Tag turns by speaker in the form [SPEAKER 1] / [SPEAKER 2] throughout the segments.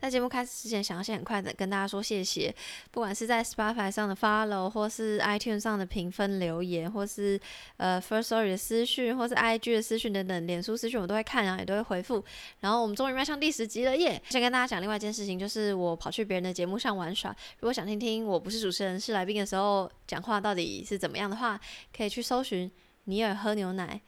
[SPEAKER 1] 在节目开始之前，想要先很快的跟大家说谢谢，不管是在 Spotify 上的 follow，或是 iTunes 上的评分留言，或是呃 First Story 的私讯，或是 IG 的私讯等等，脸书私讯我都会看，然后也都会回复。然后我们终于迈向第十集了耶！先跟大家讲另外一件事情，就是我跑去别人的节目上玩耍，如果想听听我不是主持人是来宾的时候讲话到底是怎么样的话，可以去搜寻尼尔喝牛奶。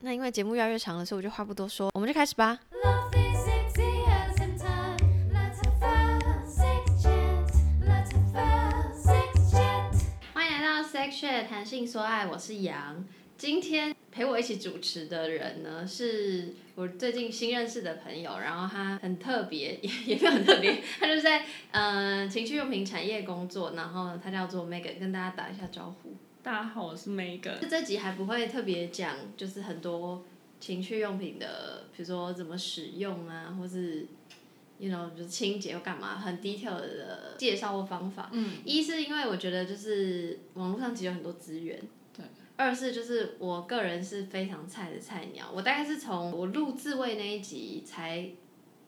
[SPEAKER 1] 那因为节目越来越长了，所以我就话不多说，我们就开始吧。
[SPEAKER 2] Love is sexy and sometimes let's have fun, sex chat. Let's have fun, sex chat.
[SPEAKER 1] 欢迎来到 Sex Chat 谈性说爱，我是杨。今天陪我一起主持的人呢，是我最近新认识的朋友，然后他很特别，也也没有很特别，他就是在嗯、呃情趣用品产业工作，然后他叫做 Megan，跟大家打一下招呼。
[SPEAKER 3] 大家好，我是 Megan。
[SPEAKER 1] 这集还不会特别讲，就是很多情趣用品的，比如说怎么使用啊，或是 you know 就是清洁或干嘛，很 detail 的介绍或方法。
[SPEAKER 3] 嗯，
[SPEAKER 1] 一是因为我觉得就是网络上其实有很多资源，
[SPEAKER 3] 对。
[SPEAKER 1] 二是就是我个人是非常菜的菜鸟，我大概是从我录自慰那一集才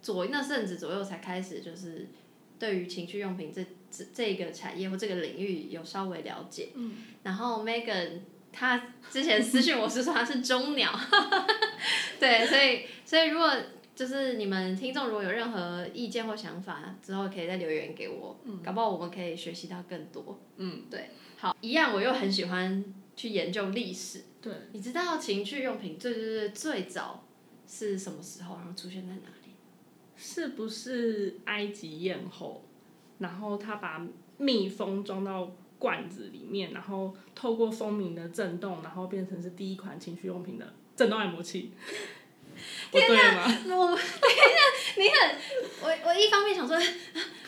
[SPEAKER 1] 左那阵子左右才开始就是对于情趣用品这这这个产业或这个领域有稍微了解。
[SPEAKER 3] 嗯。
[SPEAKER 1] 然后 Megan 她之前私信我是说她是中鸟，对，所以所以如果就是你们听众如果有任何意见或想法，之后可以再留言给我，搞不好我们可以学习到更多。
[SPEAKER 3] 嗯，
[SPEAKER 1] 对，好，一样我又很喜欢去研究历史。
[SPEAKER 3] 对，
[SPEAKER 1] 你知道情趣用品最最最最早是什么时候，然后出现在哪里？
[SPEAKER 3] 是不是埃及艳后？然后她把蜜蜂装到罐子里面，然后透过蜂鸣的震动，然后变成是第一款情趣用品的震动按摩 器。我对了吗？
[SPEAKER 1] 那我们等一下，你很我我一方面想说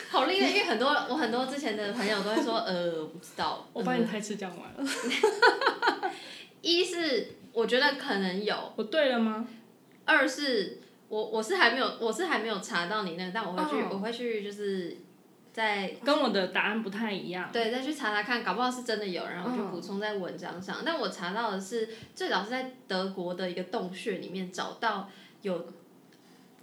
[SPEAKER 1] 好厉害，因为很多我很多之前的朋友都会说呃我不知道，
[SPEAKER 3] 我帮你
[SPEAKER 1] 嗯
[SPEAKER 3] 台词讲完了。
[SPEAKER 1] 一是我觉得可能有，
[SPEAKER 3] 我对了吗？
[SPEAKER 1] 二是我我是还没有我是还没有查到你那个，但我会去、
[SPEAKER 3] 哦
[SPEAKER 1] 我会去就是在
[SPEAKER 3] 跟哎我的答案不太一样。
[SPEAKER 1] 对，再去查查看，搞不好是真的有，然后就
[SPEAKER 3] 嗯
[SPEAKER 1] 补充在文章上。但我查到的是，最早是在德国的一个洞穴里面找到有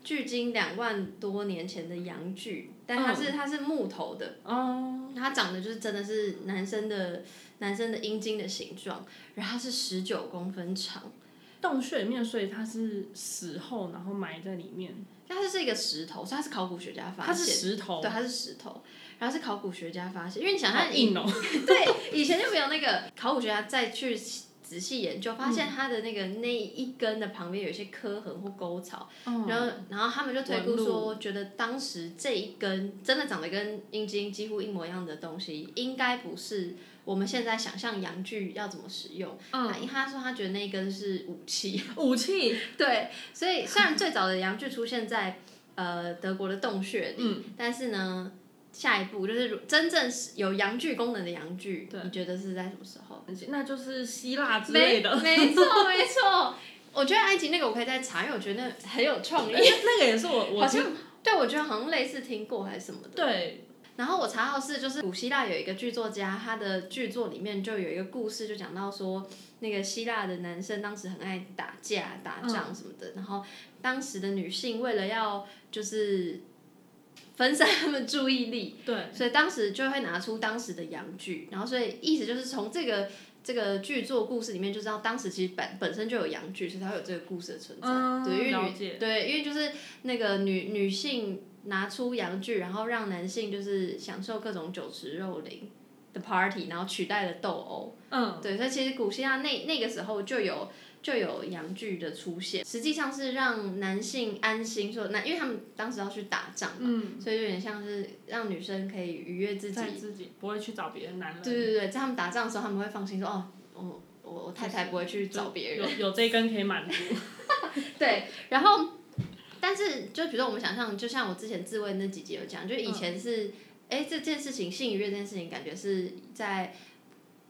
[SPEAKER 1] 距今两万多年前的羊具，但它
[SPEAKER 3] 嗯
[SPEAKER 1] 是、它是木头的，
[SPEAKER 3] 哦，
[SPEAKER 1] 它长得就是真的是男生的男生的阴茎的形状，然后它是十九公分长，
[SPEAKER 3] 洞穴里面，所以它是死后，然后埋在里面。
[SPEAKER 1] 但它是一个石头，所以它是考古学家发
[SPEAKER 3] 它
[SPEAKER 1] 现，
[SPEAKER 3] 是石头，
[SPEAKER 1] 对，它是石头，然后是考古学家发现，因为你想
[SPEAKER 3] 好
[SPEAKER 1] 它以
[SPEAKER 3] 硬哦。
[SPEAKER 1] 对，以前就没有那个考古学家再去仔细研究，发
[SPEAKER 3] 嗯
[SPEAKER 1] 现它的那个那一根的旁边有一些磕痕或沟槽，然后然后他们就推估
[SPEAKER 3] 哦纹
[SPEAKER 1] 说，觉得当时这一根真的长得跟阴茎几乎一模一样的东西，应该不是我们现在想象阳具要怎么使用。
[SPEAKER 3] 嗯，
[SPEAKER 1] 他他说他觉得那一根是武器，
[SPEAKER 3] 武器
[SPEAKER 1] 对，所以虽然最早的阳具出现在呃德国的洞穴里，
[SPEAKER 3] 嗯
[SPEAKER 1] 但是呢，下一步就是如真正是有阳具功能的阳具，
[SPEAKER 3] 对
[SPEAKER 1] 你觉得是在什么时候？
[SPEAKER 3] 那就是希腊之类的，
[SPEAKER 1] 没没错，没错。我觉得埃及那个我可以再查，因为我觉得那很有创意
[SPEAKER 3] 而。且哎那个也是我我
[SPEAKER 1] 好像对，我觉得好像类似听过还是什么的。
[SPEAKER 3] 对
[SPEAKER 1] 然后我查到是，就是古希腊有一个剧作家，他的剧作里面就有一个故事，就讲到说，那个希腊的男生当时很爱打架、打仗嗯什么的，然后当时的女性为了要就是分散他们注意力，
[SPEAKER 3] 对
[SPEAKER 1] 所以当时就会拿出当时的洋剧，然后所以意思就是从这个这个剧作故事里面就知道，当时其实本本身就有洋剧，所以才会有这个故事的存在。
[SPEAKER 3] 嗯
[SPEAKER 1] 对，因为
[SPEAKER 3] 了
[SPEAKER 1] 女
[SPEAKER 3] 解
[SPEAKER 1] 对，因为就是那个女女性拿出洋剧，然后让男性就是享受各种酒池肉林的 party，然后取代了斗殴。
[SPEAKER 3] 嗯
[SPEAKER 1] 对，所以其实古希腊那那个时候就有就有洋剧的出现，实际上是让男性安心说，那因为他们当时要去打仗嘛。
[SPEAKER 3] 嗯，
[SPEAKER 1] 所以有点像是让女生可以愉悦自己
[SPEAKER 3] 在。自己不会去找别的男人，
[SPEAKER 1] 对对对，在他们打仗的时候，他们会放心说，哦，我我我太太不会去找别人。
[SPEAKER 3] 有有这一根可以满足，
[SPEAKER 1] 对，然后，但是就比如说我们想象，就像我之前自慰那几集有讲，就以前是，哎、这件事情性愉悦这件事情，感觉是在，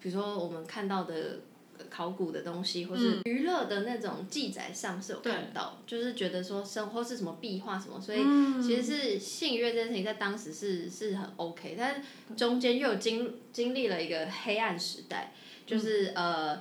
[SPEAKER 1] 比如说我们看到的。呃考古的东西，或是娱乐的那种记载上是有看到，就是觉得说生活是什么壁画什么，所以其实是性愉悦这件事情在当时是是很 OK，但是中间又有经经历了一个黑暗时代，就是、呃，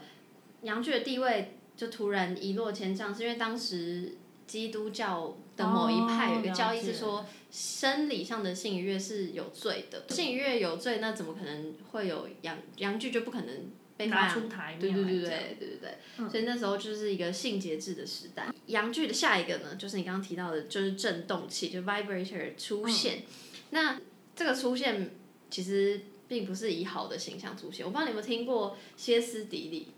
[SPEAKER 1] 杨剧的地位就突然一落千丈，是因为当时基督教的某一派
[SPEAKER 3] 哦
[SPEAKER 1] 有一个教义
[SPEAKER 3] 了解
[SPEAKER 1] 是说，生理上的性愉悦是有罪的，性愉悦有罪，那怎么可能会有阳阳具就不可能被发
[SPEAKER 3] 拿
[SPEAKER 1] 扬
[SPEAKER 3] 出台
[SPEAKER 1] 对
[SPEAKER 3] 面
[SPEAKER 1] 对对
[SPEAKER 3] 来
[SPEAKER 1] 对
[SPEAKER 3] 讲
[SPEAKER 1] 对对对，所以那时候就是一个性节制的时代。阳具的下一个呢，就是你刚刚提到的，就是振动器，就 vibrator 出现。那这个出现其实并不是以好的形象出现。我不知道你有没有听过歇斯底里，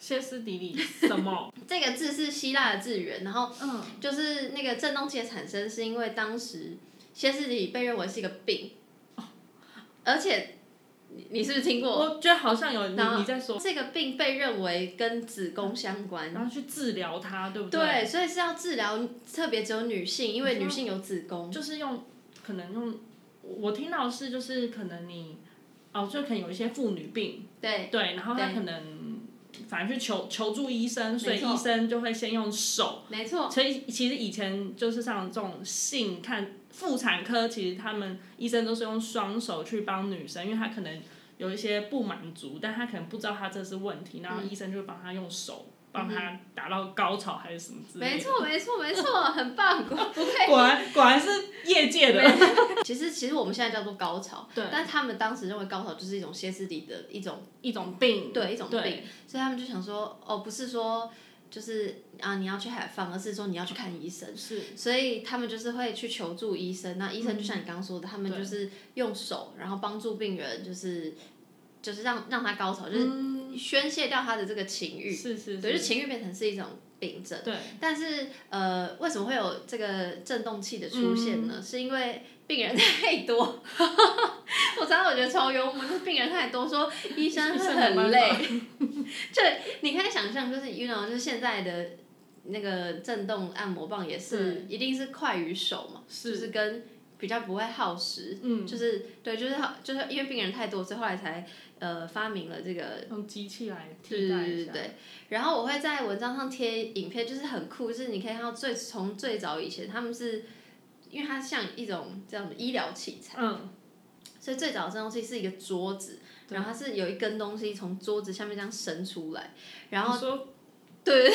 [SPEAKER 3] 歇斯 底里什么？
[SPEAKER 1] 这个字是希腊的字源，然后
[SPEAKER 3] 嗯，
[SPEAKER 1] 就是那个振动器的产生是因为当时歇斯底里被认为是一个病，而且你你是不是听过？
[SPEAKER 3] 我觉得好像有你
[SPEAKER 1] 然后
[SPEAKER 3] 你在说，
[SPEAKER 1] 这个病被认为跟子宫相关，
[SPEAKER 3] 然后去治疗它，啊对不嗯
[SPEAKER 1] 对，所以是要治疗，特别只有女性，因为女性有子宫。
[SPEAKER 3] 就是用，可能用，我听到是就是可能你，哦，就可能有一些妇女病，
[SPEAKER 1] 对，
[SPEAKER 3] 对，然后他
[SPEAKER 1] 对
[SPEAKER 3] 可能反正去求求助医生，所以
[SPEAKER 1] 没错
[SPEAKER 3] 医生就会先用手。
[SPEAKER 1] 没错，
[SPEAKER 3] 所以其实以前就是像这种性看妇产科，其实他们医生都是用双手去帮女生，因为她可能有一些不满足，但她可能不知道她这是问题，然后医生就会帮她用手帮她达到高潮还是什么之类
[SPEAKER 1] 没
[SPEAKER 3] 的。
[SPEAKER 1] 错，没错，没错，很棒， 不愧。
[SPEAKER 3] 果然果然是业界的，
[SPEAKER 1] 其实，其实我们现在叫做高潮，
[SPEAKER 3] 对
[SPEAKER 1] 但他们当时认为高潮就是一种歇斯底里的一种，
[SPEAKER 3] 一种病，
[SPEAKER 1] 对，一种病
[SPEAKER 3] 对，
[SPEAKER 1] 所以他们就想说，哦，不是说就是啊你要去海放，而是说你要去看医生。
[SPEAKER 3] 是嗯
[SPEAKER 1] 所以他们就是会去求助医生，那医生就像你刚刚说的，他们
[SPEAKER 3] 对
[SPEAKER 1] 就是用手，然后帮助病人，就是就是让让他高潮，就是
[SPEAKER 3] 嗯
[SPEAKER 1] 宣泄掉他的这个情欲。
[SPEAKER 3] 是是，
[SPEAKER 1] 对，就是情欲变成是一种病症。
[SPEAKER 3] 对，
[SPEAKER 1] 但是呃，为什么会有这个震动器的出现呢？
[SPEAKER 3] 嗯
[SPEAKER 1] 是因为病人太多。 我常常我觉得超幽默，就是病人太多，说医生
[SPEAKER 3] 医
[SPEAKER 1] 会
[SPEAKER 3] 生没
[SPEAKER 1] 很
[SPEAKER 3] 办
[SPEAKER 1] 累。就你可以想象，就是 you know，就是现在的那个震动按摩棒也是，一定是快于手嘛，
[SPEAKER 3] 是
[SPEAKER 1] 就是跟比较不会耗时。
[SPEAKER 3] 嗯，
[SPEAKER 1] 就是对，就是好，就是因为病人太多，所以后来才呃发明了这个
[SPEAKER 3] 用机器来
[SPEAKER 1] 对
[SPEAKER 3] 替代
[SPEAKER 1] 对
[SPEAKER 3] 一
[SPEAKER 1] 对
[SPEAKER 3] 下，
[SPEAKER 1] 对，然后我会在文章上贴影片，就是很酷，就是你可以看到最从最早以前他们是，因为它像一种这样的医疗器材，
[SPEAKER 3] 嗯，
[SPEAKER 1] 所以最早这东西是一个桌子，
[SPEAKER 3] 对
[SPEAKER 1] 然后它是有一根东西从桌子下面这样伸出来，然
[SPEAKER 3] 你
[SPEAKER 1] 后
[SPEAKER 3] 说
[SPEAKER 1] 对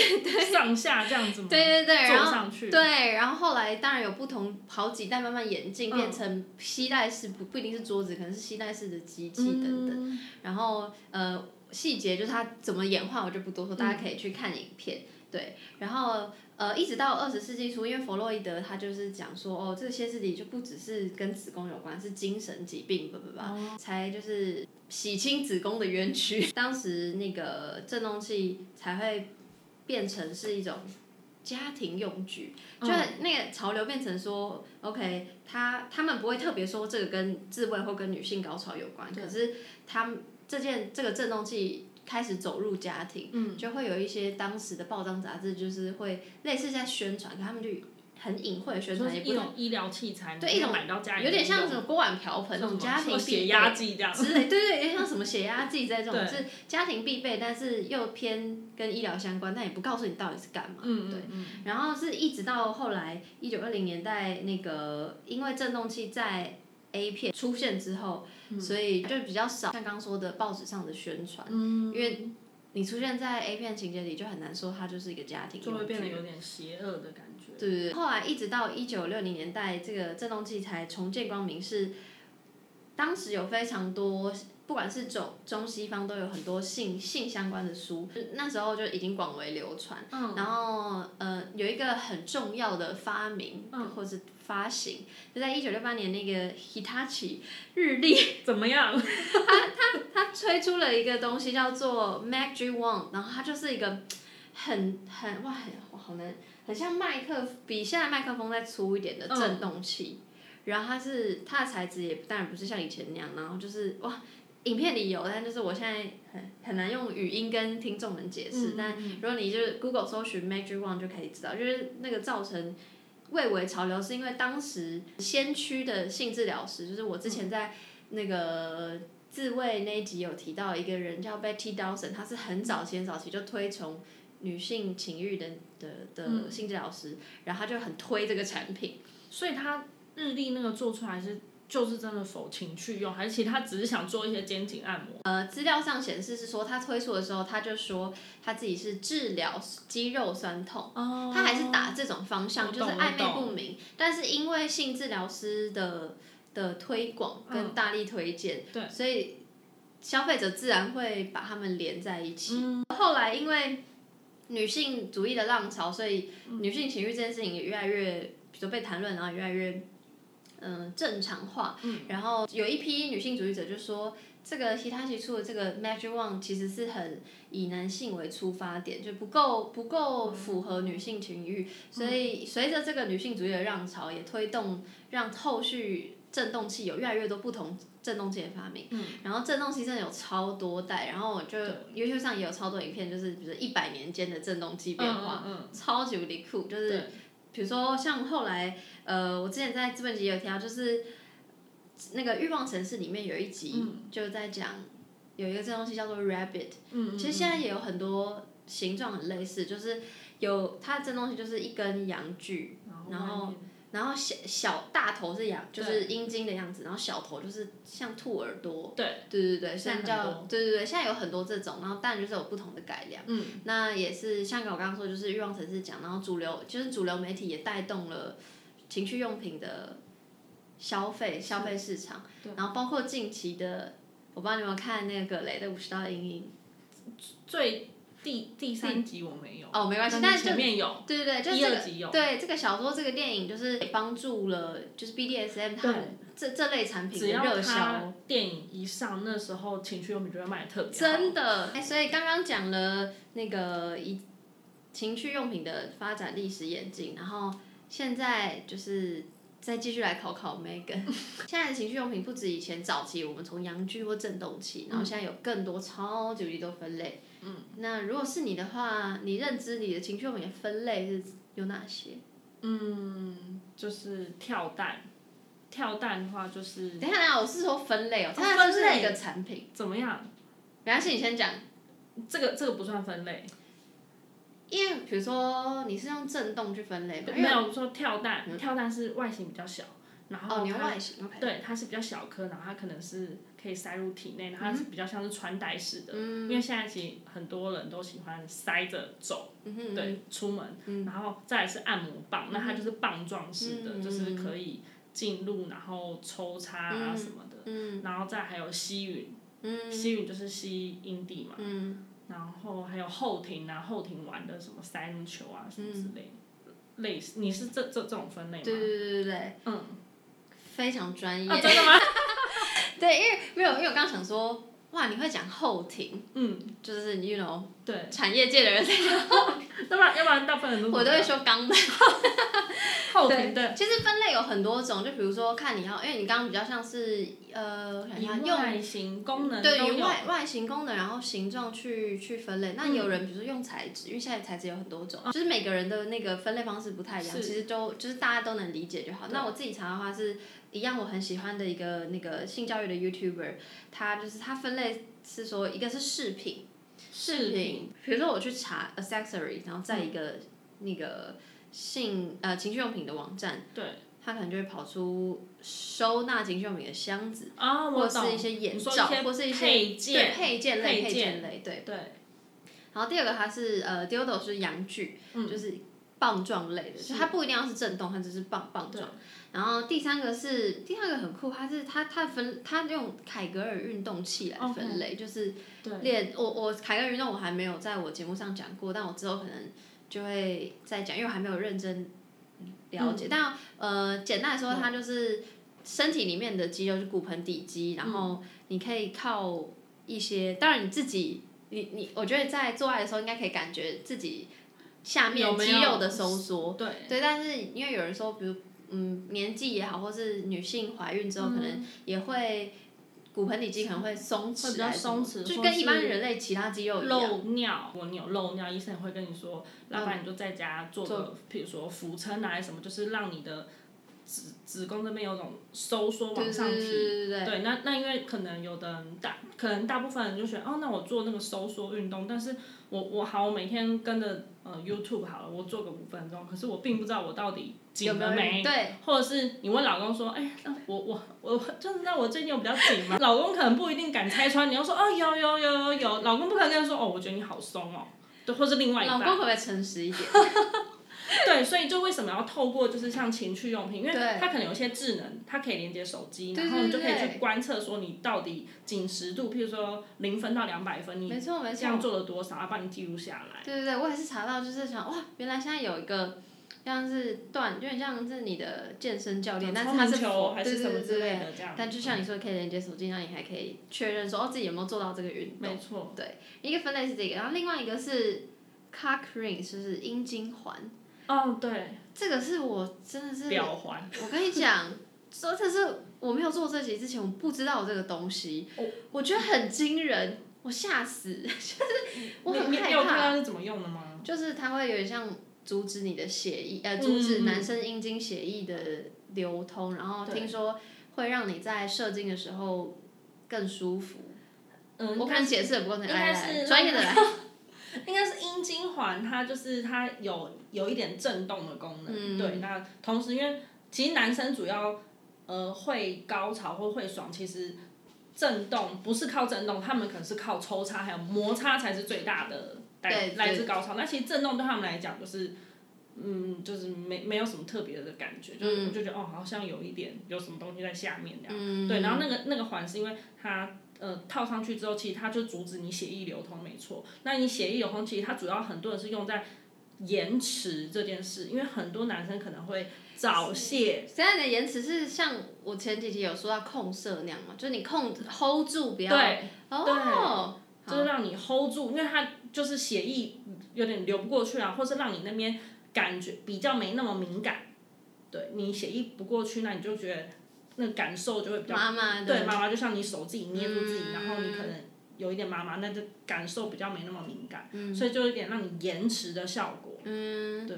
[SPEAKER 3] 上下这样子吗？
[SPEAKER 1] 对对对，然
[SPEAKER 3] 坐
[SPEAKER 1] 后。
[SPEAKER 3] 上去，
[SPEAKER 1] 对，然后后来当然有不同好几代慢慢演进，
[SPEAKER 3] 嗯
[SPEAKER 1] 变成吸带式，不不一定是桌子，可能是吸带式的机器等等。
[SPEAKER 3] 嗯，
[SPEAKER 1] 然后呃，细节就是它怎么演化，我就不多说，大家可以去看影片。对，然后呃，一直到二十世纪初，因为弗洛伊德他就是讲说，哦，这些事情就不只是跟子宫有关，是精神疾病，不不不，才就是洗清子宫的冤屈。当时那个振动器才会变成是一种。家庭用具，就
[SPEAKER 3] 嗯
[SPEAKER 1] 那个潮流变成说、o k 他他们不会特别说这个跟自慰或跟女性高潮有关，可是他们这件这个振动器开始走入家庭，
[SPEAKER 3] 嗯
[SPEAKER 1] 就会有一些当时的报章杂志就是会类似在宣传，可他们就很隐晦的宣
[SPEAKER 3] 就
[SPEAKER 1] 传，
[SPEAKER 3] 是
[SPEAKER 1] 也
[SPEAKER 3] 一
[SPEAKER 1] 不懂，
[SPEAKER 3] 种医疗器材，
[SPEAKER 1] 对
[SPEAKER 3] 你
[SPEAKER 1] 一种
[SPEAKER 3] 买到家里
[SPEAKER 1] 有点像
[SPEAKER 3] 用
[SPEAKER 1] 什么锅碗瓢盆那种啊
[SPEAKER 3] 像
[SPEAKER 1] 家
[SPEAKER 3] 什么
[SPEAKER 1] 庭
[SPEAKER 3] 血
[SPEAKER 1] 必
[SPEAKER 3] 压
[SPEAKER 1] 备
[SPEAKER 3] 计这样，
[SPEAKER 1] 之类，对对，有点像什么血压计这种，
[SPEAKER 3] 对
[SPEAKER 1] 是家庭必备，但是又偏跟医疗相关，但也不告诉你到底是干嘛，
[SPEAKER 3] 嗯
[SPEAKER 1] 对。
[SPEAKER 3] 嗯嗯，
[SPEAKER 1] 然后是一直到后来一九二零年代，那个因为振动器在 A 片出现之后，
[SPEAKER 3] 嗯
[SPEAKER 1] 所以就比较少像刚刚说的报纸上的宣传，
[SPEAKER 3] 嗯
[SPEAKER 1] 因为你出现在 A 片情节里，就很难说它就是一个家庭
[SPEAKER 3] 就会
[SPEAKER 1] 用
[SPEAKER 3] 变得
[SPEAKER 1] 具。
[SPEAKER 3] 有点邪恶的感觉，
[SPEAKER 1] 对对对，后来一直到一九六零年代，这个振动器才重见光明是，当时有非常多，不管是中中西方都有很多性性相关的书，那时候就已经广为流传。
[SPEAKER 3] 嗯，
[SPEAKER 1] 然后呃，有一个很重要的发明、
[SPEAKER 3] 嗯
[SPEAKER 1] 或是发行，就在一九六八年那个 Hitachi 日立，
[SPEAKER 3] 怎么样？
[SPEAKER 1] 它推出了一个东西叫做 Magic Wand，然后它就是一个很很哇很哇好难，很像麦克比现在麦克风再粗一点的振动器，然后它是它的材质也当然不是像以前那样，然后就是哇。影片里有，但就是我现在很很难用语音跟听众们解释，
[SPEAKER 3] 嗯
[SPEAKER 1] 但
[SPEAKER 3] 嗯
[SPEAKER 1] 如果你就是 Google 搜寻 Magic Wand 就可以知道，就是那个造成蔚为潮流，是因为当时先驱的性治疗师，就是我之
[SPEAKER 3] 嗯
[SPEAKER 1] 前在那个自慰那一集有提到一个人叫 Betty Dawson，他是很早期很早期就推崇女性情欲的的的
[SPEAKER 3] 嗯
[SPEAKER 1] 性治疗师，然后他就很推这个产品。
[SPEAKER 3] 所以它日历那个做出来是就是真的否情趣用，还是其实他只是想做一些肩颈按摩？
[SPEAKER 1] 呃，资料上显示是说他推出的时候，他就说他自己是治疗肌肉酸痛，
[SPEAKER 3] 哦
[SPEAKER 1] 他还是打这种方向，
[SPEAKER 3] 我
[SPEAKER 1] 就是
[SPEAKER 3] 懂
[SPEAKER 1] 暧昧
[SPEAKER 3] 我
[SPEAKER 1] 不
[SPEAKER 3] 懂
[SPEAKER 1] 明。但是因为性治疗师的的推广跟
[SPEAKER 3] 嗯
[SPEAKER 1] 大力推荐，
[SPEAKER 3] 对
[SPEAKER 1] 所以消费者自然会把他们连在一起。后来因为女性主义的浪潮，所以女性情欲这件事情也越来越，比如说被谈论，然后越来越。嗯，正常化。然后有一批女性主义者就说，这个其他提出的这个 Magic One 其实是很以男性为出发点，就不够不够符合女性情欲，所以随着这个女性主义的浪潮，也推动让后续振动器有越来越多不同振动器的发明。嗯、然后振动器真的有超多代，然后我就 YouTube 上也有超多影片，就是比如一百年间的振动器变化，
[SPEAKER 3] 嗯嗯
[SPEAKER 1] 超级无敌酷，就
[SPEAKER 3] 嗯
[SPEAKER 1] 是
[SPEAKER 3] 对，
[SPEAKER 1] 比如说像后来，呃，我之前在资本集有提到，就是那个《欲望城市》里面有一集、就在讲有一个这东西叫做 rabbit，、
[SPEAKER 3] 嗯，
[SPEAKER 1] 其实现在也有很多形状很类似，就是有它这东西就是一根阳具，然后
[SPEAKER 3] 嗯后
[SPEAKER 1] 然后小小大头是羊，就是阴茎的样子，然后小头就是像兔耳朵。
[SPEAKER 3] 对
[SPEAKER 1] 对对对，现在
[SPEAKER 3] 现在很
[SPEAKER 1] 叫对对对，现在有很多这种，然后当然就是有不同的改良。嗯，那也是像我刚刚说，就是欲望城市讲，然后主流就是主流媒体也带动了情趣用品的消费消费市场，然后包括近期的，我不知道你有没有看那个雷的五十道阴影。
[SPEAKER 3] 最第第三集我没有，
[SPEAKER 1] 哦，没关系，但
[SPEAKER 3] 但
[SPEAKER 1] 是
[SPEAKER 3] 是
[SPEAKER 1] 就
[SPEAKER 3] 前面有，
[SPEAKER 1] 对对对，就是
[SPEAKER 3] 一
[SPEAKER 1] 这
[SPEAKER 3] 二
[SPEAKER 1] 个
[SPEAKER 3] 集有
[SPEAKER 1] 对这个小说这个电影，就是帮助了就是 BDSM 他们这这类产品
[SPEAKER 3] 只
[SPEAKER 1] 的
[SPEAKER 3] 要
[SPEAKER 1] 热销。
[SPEAKER 3] 他电影一上，那时候情趣用品就会卖得特别好
[SPEAKER 1] 真的，哎，所以刚刚讲了那个一情趣用品的发展历史演进，然后现在就是再继续来考考 Megan。现在的情趣用品不止以前早期我们从阳具或震动
[SPEAKER 3] 嗯
[SPEAKER 1] 器，然后现在有更多超级无敌多分类。嗯，那如果是你的话，你认知你的情趣用品的分类是有哪些？
[SPEAKER 3] 就是跳蛋，跳蛋的话就是
[SPEAKER 1] 等一下，等一下，我是说分类哦，
[SPEAKER 3] 哦
[SPEAKER 1] 它是不
[SPEAKER 3] 分
[SPEAKER 1] 是
[SPEAKER 3] 类
[SPEAKER 1] 一个产品？
[SPEAKER 3] 怎么样？
[SPEAKER 1] 没关系，你先讲。
[SPEAKER 3] 这个这个不算分类，
[SPEAKER 1] 因为比如说你是用震动去分类嘛，因
[SPEAKER 3] 没
[SPEAKER 1] 为哦嗯
[SPEAKER 3] 有说跳蛋，跳蛋是外形比较小，然
[SPEAKER 1] 哦，
[SPEAKER 3] 后
[SPEAKER 1] 你用
[SPEAKER 3] 它
[SPEAKER 1] 外形，OK，
[SPEAKER 3] 对它是比较小颗，然后它可能是可以塞入体内，然
[SPEAKER 1] 嗯
[SPEAKER 3] 后它是比较像是穿戴式的，因为现在其实很多人都喜欢塞着走，
[SPEAKER 1] 嗯哼，
[SPEAKER 3] 对，出门，然后再来是按摩棒，那它就是棒状式的，
[SPEAKER 1] 嗯
[SPEAKER 3] 就是可以进入然后抽插啊什么的，
[SPEAKER 1] 嗯
[SPEAKER 3] 然后再还有吸吮。
[SPEAKER 1] 嗯
[SPEAKER 3] 吸吮就是吸阴蒂嘛，
[SPEAKER 1] 嗯，
[SPEAKER 3] 然后还有后庭啊，后庭玩的什么塞入球啊什么之类的，类似你是这这这种分类吗？
[SPEAKER 1] 嗯对对对对对，
[SPEAKER 3] 嗯，
[SPEAKER 1] 非常专
[SPEAKER 3] 啊
[SPEAKER 1] 业，
[SPEAKER 3] 真的吗？
[SPEAKER 1] 对，因为没有，因为我刚想说，哇，你会讲后庭，
[SPEAKER 3] 嗯，
[SPEAKER 1] 就是 you know
[SPEAKER 3] 对，
[SPEAKER 1] 产业界的人在讲，
[SPEAKER 3] 要不然要不然大部分人都
[SPEAKER 1] 我都会说肛门。
[SPEAKER 3] 后庭的
[SPEAKER 1] 其实分类有很多种，就比如说看你要，因为你刚刚比较像是呃，我想一
[SPEAKER 3] 以
[SPEAKER 1] 下用
[SPEAKER 3] 外形功能
[SPEAKER 1] 对，
[SPEAKER 3] 都
[SPEAKER 1] 以
[SPEAKER 3] 有
[SPEAKER 1] 外外形功能，然后形状去去分类。那有
[SPEAKER 3] 嗯
[SPEAKER 1] 人比如说用材质，因为现在材质有很多种，啊就是每个人的那个分类方式不太一样，
[SPEAKER 3] 是
[SPEAKER 1] 其实都就是大家都能理解就好。
[SPEAKER 3] 对
[SPEAKER 1] 那我自己查的话是一样，我很喜欢的一个那个性教育的 YouTuber，他就是他分类是说一个是饰品，饰
[SPEAKER 3] 饰品，嗯
[SPEAKER 1] 品，比如说我去查 accessory，然后在一个、那个性呃情趣用品的网站，
[SPEAKER 3] 对
[SPEAKER 1] 它可能就会跑出收纳情趣用品的箱子。
[SPEAKER 3] 啊，
[SPEAKER 1] 或
[SPEAKER 3] 我
[SPEAKER 1] 是
[SPEAKER 3] 懂
[SPEAKER 1] 一，些眼
[SPEAKER 3] 你说
[SPEAKER 1] 罩
[SPEAKER 3] 一些，
[SPEAKER 1] 或是一些
[SPEAKER 3] 配
[SPEAKER 1] 对
[SPEAKER 3] 件
[SPEAKER 1] 配件类、
[SPEAKER 3] 配
[SPEAKER 1] 配件
[SPEAKER 3] 件
[SPEAKER 1] 类，对。
[SPEAKER 3] 对，
[SPEAKER 1] 然后第二个它是呃 dildo 就是阳具，就是棒状类的，
[SPEAKER 3] 是
[SPEAKER 1] 就它不一定要是震动，它只是棒棒状。然后第三个是第三个很酷，它是它它分它用凯格尔运动器来分类，就是
[SPEAKER 3] 对
[SPEAKER 1] 练我我凯格尔运动我还没有在我节目上讲过，但我之后可能就会再讲，因为我还没有认真了
[SPEAKER 3] 嗯
[SPEAKER 1] 解。但呃，简单来说，它就是身体里面的肌肉，就是骨盆底肌，然
[SPEAKER 3] 嗯
[SPEAKER 1] 后你可以靠一些，当然你自己，你你，我觉得在做爱的时候应该可以感觉自己下面
[SPEAKER 3] 有没
[SPEAKER 1] 肌
[SPEAKER 3] 有
[SPEAKER 1] 肉的收缩。
[SPEAKER 3] 对，
[SPEAKER 1] 对，但是因为有人说，比如嗯年纪也好，或是女性怀孕之后，可能也会骨盆底肌可能会松
[SPEAKER 3] 会比
[SPEAKER 1] 弛
[SPEAKER 3] 较
[SPEAKER 1] 还是什么，
[SPEAKER 3] 松弛
[SPEAKER 1] 就
[SPEAKER 3] 或
[SPEAKER 1] 跟一般
[SPEAKER 3] 是
[SPEAKER 1] 人类其他肌肉一样。
[SPEAKER 3] 漏尿，如果你有漏尿，医生也会跟你说，要不然你就在家做个，譬如说俯撑啊还是什么，就是让你的子子宫这边有种收缩
[SPEAKER 1] 对
[SPEAKER 3] 往上
[SPEAKER 1] 对
[SPEAKER 3] 提，
[SPEAKER 1] 对对对对，
[SPEAKER 3] 对，那那因为可能有的人大，可能大部分人就觉得哦，那我做那个收缩运动，但是我我好，我每天跟着呃 YouTube 好了，我做个五分钟，可是我并不知道我到底
[SPEAKER 1] 有
[SPEAKER 3] 紧
[SPEAKER 1] 没有
[SPEAKER 3] 了没。
[SPEAKER 1] 对，
[SPEAKER 3] 或者是你问老公说，哎、那我我我就是那我最近有比较紧吗？老公可能不一定敢拆穿，你要说哦有有有有有，老公不可能跟他说哦，我觉得你好松哦，对，或是另外一
[SPEAKER 1] 老公
[SPEAKER 3] 半
[SPEAKER 1] 会，不会诚实一点？
[SPEAKER 3] 对，所以就为什么要透过就是像情趣用品，因为
[SPEAKER 1] 对
[SPEAKER 3] 它可能有些智能，它可以连接手机，
[SPEAKER 1] 对
[SPEAKER 3] 然后你就
[SPEAKER 1] 对
[SPEAKER 3] 可
[SPEAKER 1] 对
[SPEAKER 3] 以去观测说你到底紧实度，譬如说零分到两百分，你
[SPEAKER 1] 没错没
[SPEAKER 3] 这
[SPEAKER 1] 错，
[SPEAKER 3] 样做了多少，要帮你记录下来。
[SPEAKER 1] 对对对，我也是查到，就是想哇，原来现在有一个像是锻，有点像是你的健身教练，但是
[SPEAKER 3] 超
[SPEAKER 1] 他
[SPEAKER 3] 篮
[SPEAKER 1] 是
[SPEAKER 3] 球
[SPEAKER 1] 否
[SPEAKER 3] 还
[SPEAKER 1] 对
[SPEAKER 3] 是
[SPEAKER 1] 对
[SPEAKER 3] 什么
[SPEAKER 1] 对
[SPEAKER 3] 之类
[SPEAKER 1] 对。
[SPEAKER 3] 的这样，
[SPEAKER 1] 但就像你说，可以连接手机，那你还可以确认说哦自己有没有做到这个运动。
[SPEAKER 3] 没错，
[SPEAKER 1] 一个分类是这个，然后另外一个是 cock ring，就是阴茎环。
[SPEAKER 3] 哦对，
[SPEAKER 1] 这个是我真的是，
[SPEAKER 3] 表环，
[SPEAKER 1] 我跟你讲，说这是我没有做这集之前，我不知道有这个东西，
[SPEAKER 3] 哦
[SPEAKER 1] 我觉得很惊人，我吓死， 就是我很
[SPEAKER 3] 你你
[SPEAKER 1] 害
[SPEAKER 3] 你有
[SPEAKER 1] 怕
[SPEAKER 3] 看。到是怎么用的吗？
[SPEAKER 1] 就是它会有点像阻止你的血液，呃，
[SPEAKER 3] 嗯
[SPEAKER 1] 阻止
[SPEAKER 3] 嗯
[SPEAKER 1] 男生阴茎血液的流通，然后
[SPEAKER 3] 对
[SPEAKER 1] 听说会让你在射精的时候更舒服。
[SPEAKER 3] 嗯，
[SPEAKER 1] 我可能解释的不够
[SPEAKER 3] 应
[SPEAKER 1] 来
[SPEAKER 3] 该
[SPEAKER 1] 来来，
[SPEAKER 3] 是
[SPEAKER 1] 专业的来，
[SPEAKER 3] 应该是阴茎环，它就是它有有一点震动的功能，
[SPEAKER 1] 嗯
[SPEAKER 3] 对。那同时，因为其实男生主要呃会高潮或会爽，其实震动不是靠震动，他们可能是靠抽插还有摩擦才是最大的来
[SPEAKER 1] 对
[SPEAKER 3] 来自
[SPEAKER 1] 对
[SPEAKER 3] 高潮。那其实震动对他们来讲就是。嗯，就是没没有什么特别的感觉，就是
[SPEAKER 1] 嗯
[SPEAKER 3] 就觉得哦，好像有一点有什么东西在下面这样。
[SPEAKER 1] 嗯，
[SPEAKER 3] 对，然后那个那个环是因为它呃套上去之后，其实它就阻止你血液流通，没错。那你血液流通，其实它主要很多人是用在延迟这件事，因为很多男生可能会早泄，
[SPEAKER 1] 现在你的延迟是像我前几集有说到控射那样嘛，就是你控 hold 住不要
[SPEAKER 3] 对，
[SPEAKER 1] 哦，
[SPEAKER 3] 就
[SPEAKER 1] 好
[SPEAKER 3] 是让你 hold 住，因为它就是血液有点流不过去啊，或是让你那边感觉比较没那么敏感。对你血液不过去，那你就觉得那感受就会比较
[SPEAKER 1] 妈妈的
[SPEAKER 3] 对，妈妈就像你手自己捏住自己，
[SPEAKER 1] 嗯
[SPEAKER 3] 然后你可能有一点妈妈，那就感受比较没那么敏感，所以就有一点让你延迟的效果。
[SPEAKER 1] 嗯，
[SPEAKER 3] 对，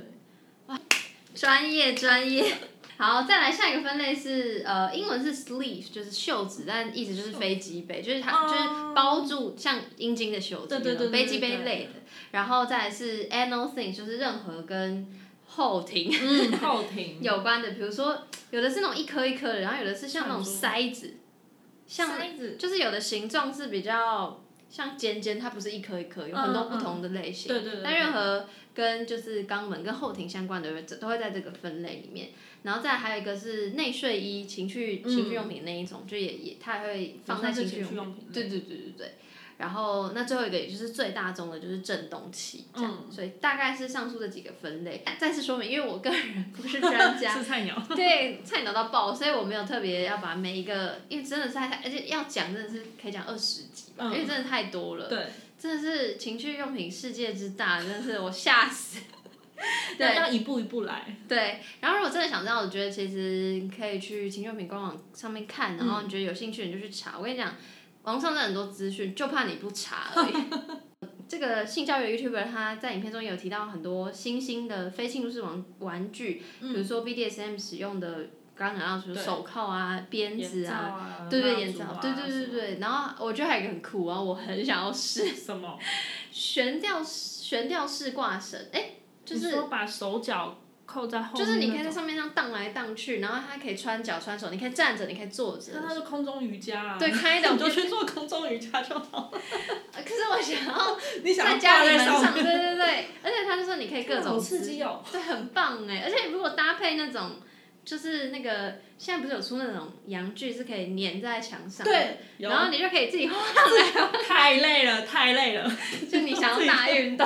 [SPEAKER 1] 专业专业。 好，再来下一个分类是呃，英文是 sleeve，就是袖子，但意思就是飞机杯，就是它、
[SPEAKER 3] 哦
[SPEAKER 1] 就是包住像阴茎的袖子
[SPEAKER 3] 对
[SPEAKER 1] 那种，
[SPEAKER 3] 对对对
[SPEAKER 1] 飞机
[SPEAKER 3] 对
[SPEAKER 1] 杯
[SPEAKER 3] 对
[SPEAKER 1] 类的。然后再来是 anal thing，就是任何跟后庭
[SPEAKER 3] 嗯，后庭
[SPEAKER 1] 有关的，比如说有的是那种一颗一颗的，然后有的是像那种
[SPEAKER 3] 像
[SPEAKER 1] 塞子， 像
[SPEAKER 3] 塞子，
[SPEAKER 1] 就是有的形状是比较像尖尖，它不是一颗一颗，有很多
[SPEAKER 3] 嗯
[SPEAKER 1] 不同的类型。
[SPEAKER 3] 对对对
[SPEAKER 1] 但
[SPEAKER 3] 对，
[SPEAKER 1] 任何跟就是肛门跟后庭相关的都会在这个分类里面，然后再还有一个是内睡衣、情趣
[SPEAKER 3] 嗯
[SPEAKER 1] 情趣用品那一种，就也也它也会放在
[SPEAKER 3] 算
[SPEAKER 1] 情
[SPEAKER 3] 是情
[SPEAKER 1] 趣
[SPEAKER 3] 趣
[SPEAKER 1] 用
[SPEAKER 3] 用
[SPEAKER 1] 品
[SPEAKER 3] 品。。
[SPEAKER 1] 对对对对对。然后那最后一个也就是最大宗的，就是震动器这样。所以大概是上述的几个分类。再次说明，因为我个人不是专家，
[SPEAKER 3] 是菜鸟，
[SPEAKER 1] 对，菜鸟到爆，所以我没有特别要把每一个，因为真的是太，而且要讲真的是可以讲二十集吧，
[SPEAKER 3] 嗯
[SPEAKER 1] 因为真的太多了，
[SPEAKER 3] 对，
[SPEAKER 1] 真的是情趣用品世界之大，真的是我吓 死。
[SPEAKER 3] 要
[SPEAKER 1] 对
[SPEAKER 3] 要一步一步来，
[SPEAKER 1] 对，然后如果真的想知道，我觉得其实你可以去情趣用品官网上面看，然后
[SPEAKER 3] 嗯
[SPEAKER 1] 你觉得有兴趣你就去查。我跟你讲，网上真的很多资讯，就怕你不查而已。 这个性教育 YouTuber 他在影片中也有提到很多新兴的非侵入式玩玩具，比如说 BDSM 使用的，刚刚讲到什么
[SPEAKER 3] 嗯对
[SPEAKER 1] 手铐啊、鞭子
[SPEAKER 3] 眼罩
[SPEAKER 1] 啊，
[SPEAKER 3] 啊，
[SPEAKER 1] 对对，
[SPEAKER 3] 蜡
[SPEAKER 1] 眼
[SPEAKER 3] 烛
[SPEAKER 1] 罩
[SPEAKER 3] 啊，
[SPEAKER 1] 对对对对。然后我觉得还有一个很酷啊，我很想要 试
[SPEAKER 3] 什么什么，
[SPEAKER 1] 悬吊悬吊式挂绳，哎，就
[SPEAKER 3] 你
[SPEAKER 1] 是
[SPEAKER 3] 说把手脚扣在后
[SPEAKER 1] 就
[SPEAKER 3] 面
[SPEAKER 1] 是
[SPEAKER 3] 那种，
[SPEAKER 1] 你可以在上面这样荡来荡去，然后它可以穿脚穿手，你可以站着，你可以坐着
[SPEAKER 3] 那，它是空中瑜伽啊，
[SPEAKER 1] 对，，开的呃
[SPEAKER 3] 你。就去做空中瑜伽就好。
[SPEAKER 1] 可是我想要
[SPEAKER 3] 你想
[SPEAKER 1] 在
[SPEAKER 3] 要
[SPEAKER 1] 家
[SPEAKER 3] 挂
[SPEAKER 1] 里
[SPEAKER 3] 在
[SPEAKER 1] 门
[SPEAKER 3] 上
[SPEAKER 1] 上，
[SPEAKER 3] 面
[SPEAKER 1] 对对对，而且它就说你可以各种
[SPEAKER 3] 好
[SPEAKER 1] 姿
[SPEAKER 3] 刺激哦，
[SPEAKER 1] 对，很棒哎！而且如果搭配那种，就是那个现在不是有出那种洋具是可以粘在墙上，
[SPEAKER 3] 对，有
[SPEAKER 1] 然后你就可以自己画，
[SPEAKER 3] 太累了，太累了，
[SPEAKER 1] 就你想要大运 动，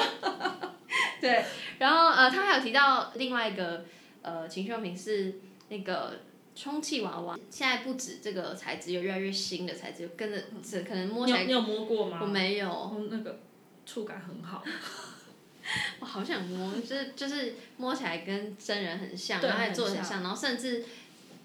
[SPEAKER 1] 对。然后呃，他还有提到另外一个呃情趣用品是那个充气娃娃，现在不止这个材质，有越来越新的材质，跟着这可能摸
[SPEAKER 3] 你
[SPEAKER 1] 起
[SPEAKER 3] 有
[SPEAKER 1] 来
[SPEAKER 3] 你有摸过吗？
[SPEAKER 1] 我没有，
[SPEAKER 3] 哦，那个触感很好，
[SPEAKER 1] 我好想摸，就是就是摸起来跟真人很像，
[SPEAKER 3] 对
[SPEAKER 1] 然后还做的很
[SPEAKER 3] 很
[SPEAKER 1] 像，然后甚至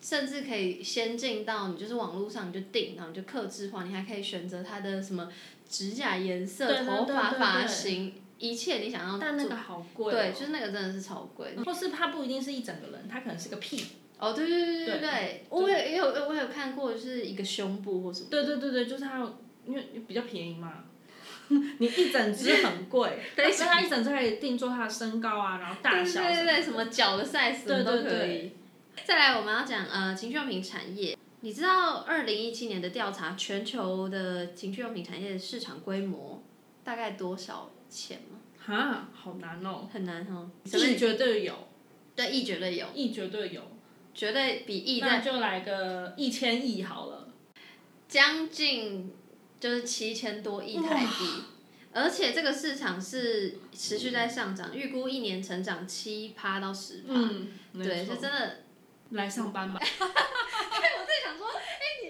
[SPEAKER 1] 甚至可以先进到你就是网络上你就定，然后你就克制化，你还可以选择它的什么指甲颜
[SPEAKER 3] 对
[SPEAKER 1] 色、
[SPEAKER 3] 对
[SPEAKER 1] 头发
[SPEAKER 3] 对对
[SPEAKER 1] 发
[SPEAKER 3] 对
[SPEAKER 1] 型，一切你想要
[SPEAKER 3] 但那
[SPEAKER 1] 做。
[SPEAKER 3] 个好贵、
[SPEAKER 1] 对，就。是那个真的是超贵
[SPEAKER 3] 或是它不一定是一整个人，它可能是个屁，
[SPEAKER 1] 哦，对对对
[SPEAKER 3] 对
[SPEAKER 1] 对，我有也有我有看过，就是一个胸部或什么，
[SPEAKER 3] 对对对对，就是它有，因为比较便 宜嘛。你一整只很贵，
[SPEAKER 1] 对
[SPEAKER 3] 但是它一整只可以定做它的身高啊，然后大小
[SPEAKER 1] 对对对对，
[SPEAKER 3] 什
[SPEAKER 1] 什
[SPEAKER 3] 么
[SPEAKER 1] 么脚的 size 什么都
[SPEAKER 3] 对对
[SPEAKER 1] 可以。再来，我们要讲呃情趣用品产业。你知道二零一七年的调查，全球的情趣用品产业的市场规模大概多少钱吗？
[SPEAKER 3] 的哈，好难哦。
[SPEAKER 1] 很难哦，
[SPEAKER 3] 亿绝对有，
[SPEAKER 1] 对亿绝对有，
[SPEAKER 3] 亿绝对有，
[SPEAKER 1] 绝对比亿
[SPEAKER 3] 那
[SPEAKER 1] 在
[SPEAKER 3] 就来个一千亿好了。
[SPEAKER 1] 将近就是七千多亿台币，而且这个市场是持续在上涨，预估一年成长七趴到十趴。
[SPEAKER 3] 嗯，
[SPEAKER 1] 对，
[SPEAKER 3] 没
[SPEAKER 1] 就
[SPEAKER 3] 错
[SPEAKER 1] 真的，
[SPEAKER 3] 来上班吧。
[SPEAKER 1] 我在想说，哎、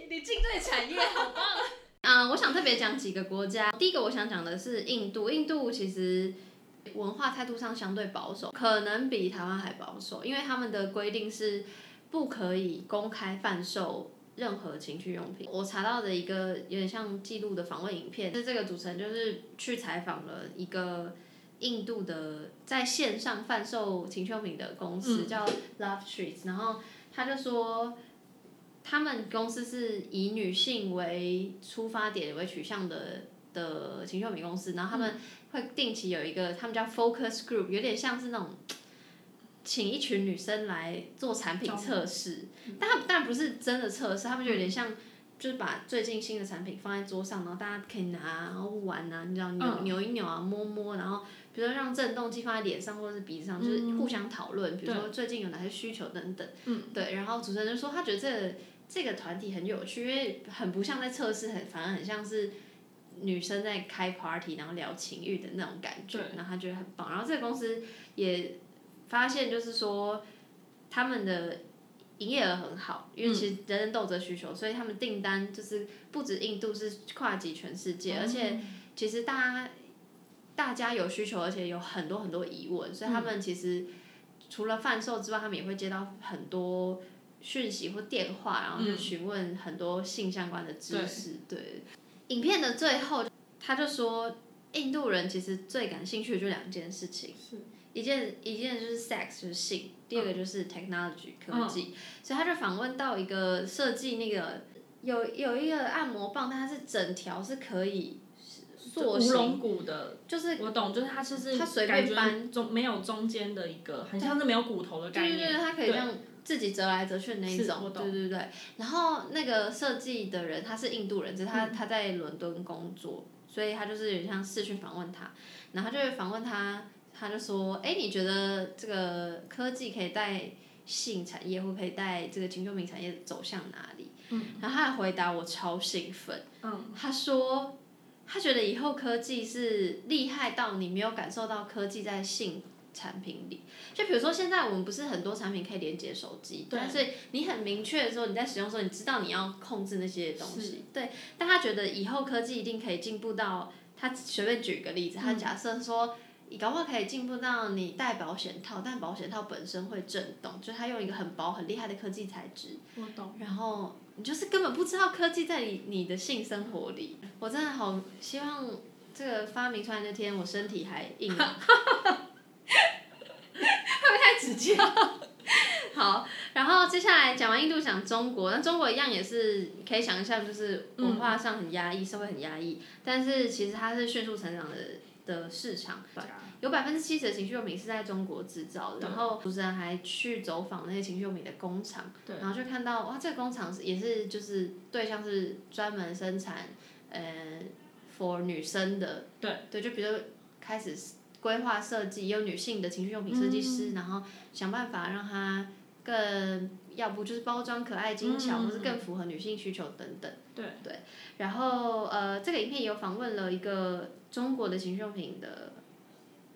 [SPEAKER 1] 你你进这产业好棒。 嗯，我想特别讲几个国家。第一个我想讲的是印度，印度其实文化态度上相对保守，可能比台湾还保守，因为他们的规定是不可以公开贩售任何情趣用品。我查到的一个有点像记录的访问影片，是这个主持人就是去采访了一个印度的在线上贩售情趣用品的公司，叫 Love Treats，然后他就说。他们公司是以女性为出发点为取向的的情趣用品公司，然后他们会定期有一个，他们叫 focus group，有点像是那种请一群女生来做产品测试，但他们当然不是真的测试，他们就有点像。就是把最近新的产品放在桌上，然后大家可以拿，然后玩啊，你知道扭
[SPEAKER 3] 嗯
[SPEAKER 1] 扭一扭啊，摸摸，然后比如说让震动剂放在脸上或者是鼻子上，就是互相讨论，比如说最近有哪些需求等等。
[SPEAKER 3] 嗯，
[SPEAKER 1] 对。然后主持人就说他觉得这个这个团体很有趣，因为很不像在测试，很反而很像是女生在开 party，然后聊情欲的那种感觉
[SPEAKER 3] 对。
[SPEAKER 1] 然后他觉得很棒。然后这个公司也发现，就是说他们的营业额很好，因为其实人人都有这需求，所以他们订单就是不止印度，是跨及全世界，
[SPEAKER 3] 嗯
[SPEAKER 1] 而且其实大家大家有需求，而且有很多很多疑问，所以他们其实除了贩售之外，他们也会接到很多讯息或电话，然后就询问很多性相关的知识。对，影片的最后他就说，印度人其实最感兴趣的就两件事情。一件一件就是 sex 就是性，第二个就是 technology、科技，所以他就访问到一个设计那个有有一个按摩棒，但它是整条是可以塑
[SPEAKER 3] 就乌
[SPEAKER 1] 形，
[SPEAKER 3] 龙骨的，
[SPEAKER 1] 就是
[SPEAKER 3] 我懂，就是它就是
[SPEAKER 1] 它随便
[SPEAKER 3] 感觉
[SPEAKER 1] 搬
[SPEAKER 3] 中没有中间的一个，很像是没有骨头的概
[SPEAKER 1] 对对
[SPEAKER 3] 念。
[SPEAKER 1] 对，它可以这样自己折来折去的那一
[SPEAKER 3] 是
[SPEAKER 1] 种
[SPEAKER 3] 我，
[SPEAKER 1] 对对对。然后那个设计的人他是印度人，只是他、
[SPEAKER 3] 嗯
[SPEAKER 1] 他在伦敦工作，所以他就是有点像视讯访问他，然后他就会访问他，他就说：“哎，你觉得这个科技可以带性产业或可以带这个情趣用品产业走向哪里？”嗯、然后他的回答我超兴奋，
[SPEAKER 3] 嗯，
[SPEAKER 1] 他说。他觉得以后科技是厉害到你没有感受到科技在性产品里，就比如说现在我们不是很多产品可以连接手机，
[SPEAKER 3] 对
[SPEAKER 1] 但是你很明确的时候，你在使用的时候，你知道你要控制那些东
[SPEAKER 3] 是
[SPEAKER 1] 西，对。但他觉得以后科技一定可以进步到，他随便举个例子，他假设说。你搞不好可以进步到你戴保险套，但保险套本身会震动，就是它用一个很薄很厉害的科技材质，
[SPEAKER 3] 我懂。
[SPEAKER 1] 然后你就是根本不知道科技在你你的性生活里。我真的好希望这个发明出来那天，我身体还 硬朗。会不会太直接？好，然后接下来讲完印度，讲中国。那中国一样也是可以想一下，就是文化上很压抑，社会很压抑，但是其实它是迅速成长的的市场。
[SPEAKER 3] 啊
[SPEAKER 1] 有百分之七十的情趣用品是在中国制造的，然后主持人还去走访那些情趣用品的工厂，然后就看到哇，这个工厂是也是就是对象是专门生产呃 for 女生的，对，就比如开始规划设计，也有女性的情趣用品设计
[SPEAKER 3] 嗯
[SPEAKER 1] 师，然后想办法让它更，要不就是包装可爱精巧，
[SPEAKER 3] 嗯嗯
[SPEAKER 1] 或是更符合女性需求等等。
[SPEAKER 3] 对
[SPEAKER 1] 对，然后呃，这个影片也有访问了一个中国的情趣用品的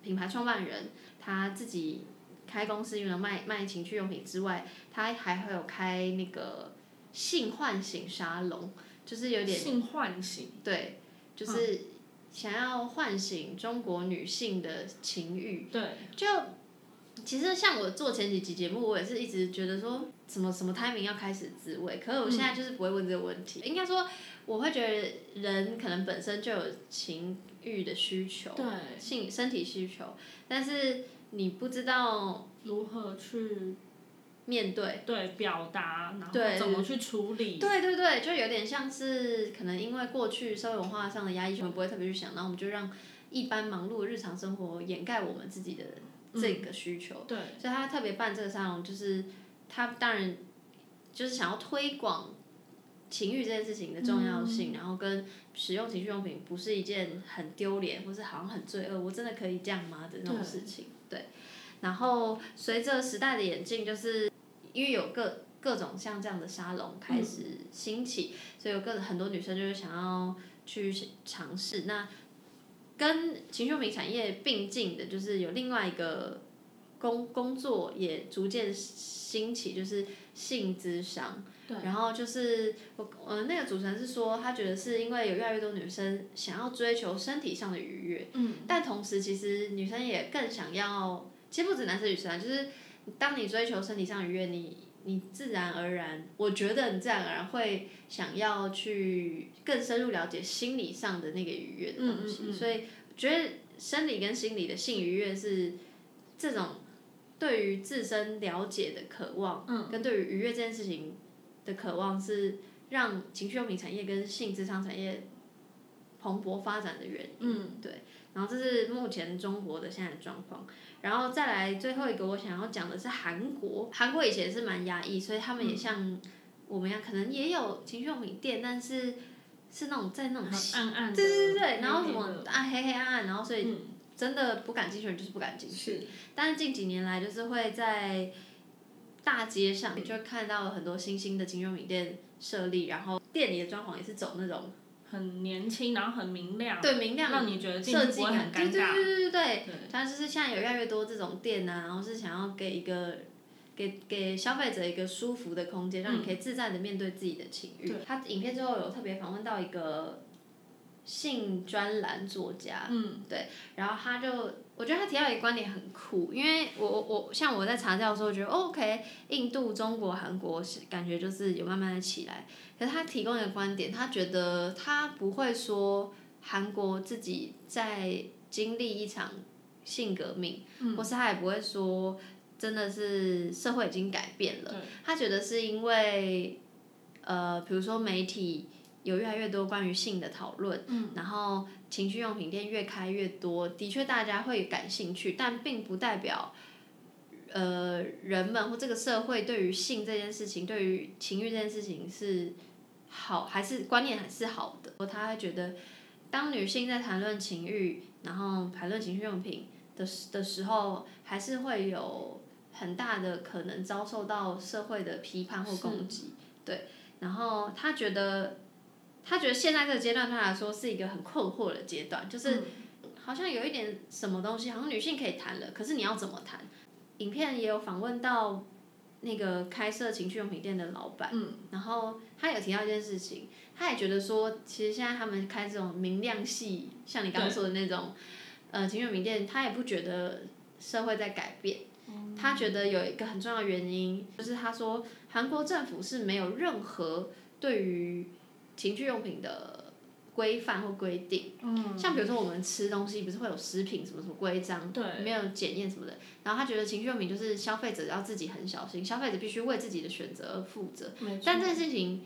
[SPEAKER 1] 品牌创办人，他自己开公司，除了卖卖情趣用品之外，他还会有开那个性唤醒沙龙，就是有点
[SPEAKER 3] 性唤醒，
[SPEAKER 1] 对，就是想要唤醒中国女性的情欲。
[SPEAKER 3] 对，
[SPEAKER 1] 就其实像我做前几集节目，我也是一直觉得说，什么什么 timing 要开始自慰，可是我现在就是不会问这个问题。应该说，我会觉得人可能本身就有情欲的需求，
[SPEAKER 3] 对，
[SPEAKER 1] 性身体需求，但是你不知道
[SPEAKER 3] 如何去
[SPEAKER 1] 面对。
[SPEAKER 3] 对表达，然后
[SPEAKER 1] 对
[SPEAKER 3] 怎么去处理，
[SPEAKER 1] 对对对，就有点像是可能因为过去社会文化上的压抑，我们不会特别去想，然后我们就让一般忙碌的日常生活掩盖我们自己的这个需求。
[SPEAKER 3] 对
[SPEAKER 1] 所以他特别办这个沙龙，就是他当然就是想要推广情欲这件事情的重要性，然后跟使用情趣用品不是一件很丢脸，或是好像很罪恶，我真的可以这样吗的那种
[SPEAKER 3] 对
[SPEAKER 1] 事情。对。然后随着时代的演进，就是因为有各各种像这样的沙龙开始兴起，所以有各很多女生就是想要去尝试。那跟情趣用品产业并进的，就是有另外一个工工作也逐渐兴起，就是性咨商。
[SPEAKER 3] 对
[SPEAKER 1] 然后就是我呃，那个主持人是说，他觉得是因为有越来越多女生想要追求身体上的愉悦，
[SPEAKER 3] 嗯，
[SPEAKER 1] 但同时其实女生也更想要，其实不止男生女生啊，就是当你追求身体上的愉悦，你你自然而然，我觉得你自然而然会想要去更深入了解心理上的那个愉悦的东西，
[SPEAKER 3] 嗯嗯嗯
[SPEAKER 1] 所以觉得生理跟心理的性愉悦是这种对于自身了解的渴望，
[SPEAKER 3] 嗯
[SPEAKER 1] 跟对于愉悦这件事情的渴望是让情趣用品产业跟性智商产业蓬勃发展的原因。
[SPEAKER 3] 嗯
[SPEAKER 1] 然后这是目前中国的现在的状况，然后再来最后一个我想要讲的是韩国，韩国以前是蛮压抑，所以他们也
[SPEAKER 3] 嗯
[SPEAKER 1] 像我们一样，可能也有情趣用品店，但是是那种在那种
[SPEAKER 3] 很暗暗的，
[SPEAKER 1] 对对对对，然后
[SPEAKER 3] 黑
[SPEAKER 1] 什
[SPEAKER 3] 黑
[SPEAKER 1] 么
[SPEAKER 3] 的
[SPEAKER 1] 暗黑黑暗暗，然后所以
[SPEAKER 3] 嗯
[SPEAKER 1] 真的不敢进去的人就是不敢进去。
[SPEAKER 3] 是
[SPEAKER 1] 但是近几年来，就是会在大街上就看到很多新兴的情趣用品店设立，然后店里的装潢也是走那种
[SPEAKER 3] 很年轻，然后很明亮，
[SPEAKER 1] 对明亮
[SPEAKER 3] 让你觉得进
[SPEAKER 1] 设
[SPEAKER 3] 去
[SPEAKER 1] 计
[SPEAKER 3] 不会
[SPEAKER 1] 感，
[SPEAKER 3] 很
[SPEAKER 1] 对
[SPEAKER 3] 尴
[SPEAKER 1] 对对
[SPEAKER 3] 尬，
[SPEAKER 1] 对对对。
[SPEAKER 3] 对
[SPEAKER 1] 它就是现在有越来越多这种店啊，然后是想要给一个给给消费者一个舒服的空间，让你可以自在的面对自己的情欲。
[SPEAKER 3] 嗯对
[SPEAKER 1] 他影片最后有特别访问到一个性专栏作家，
[SPEAKER 3] 嗯
[SPEAKER 1] 然后他就我觉得他提到一个观点很酷，因为我我我像我在查资料的时候，我觉得、哦 OK，印度、中国、韩国是感觉就是有慢慢的起来，可是他提供一个观点，他觉得他不会说韩国自己在经历一场性革命，
[SPEAKER 3] 嗯
[SPEAKER 1] 或是他也不会说真的是社会已经改变了
[SPEAKER 3] 对，
[SPEAKER 1] 他觉得是因为呃，比如说媒体有越来越多关于性的讨论。
[SPEAKER 3] 嗯
[SPEAKER 1] 然后情趣用品店越开越多，的确大家会感兴趣，但并不代表，呃，人们或这个社会对于性这件事情，对于情欲这件事情是好还是观念还是好的。他会觉得，当女性在谈论情欲，然后谈论情趣用品的时的时候，还是会有很大的可能遭受到社会的批判或
[SPEAKER 3] 是
[SPEAKER 1] 攻击。对，然后他觉得他觉得现在这个阶段对他来说是一个很困惑的阶段，就是好像有一点什么东西，好像女性可以谈了，可是你要怎么谈？影片也有访问到那个开设情趣用品店的老板，
[SPEAKER 3] 嗯
[SPEAKER 1] 然后他有提到一件事情，他也觉得说，其实现在他们开这种明亮系，像你刚刚说的那种，呃，情趣用品店，他也不觉得社会在改变。他觉得有一个很重要的原因，就是他说韩国政府是没有任何对于情趣用品的规范或规定，
[SPEAKER 3] 嗯
[SPEAKER 1] 像比如说我们吃东西不是会有食品什么什么规章，
[SPEAKER 3] 对
[SPEAKER 1] 没有检验什么的。然后他觉得情趣用品就是消费者要自己很小心，消费者必须为自己的选择而负责。
[SPEAKER 3] 没错
[SPEAKER 1] 但这件事情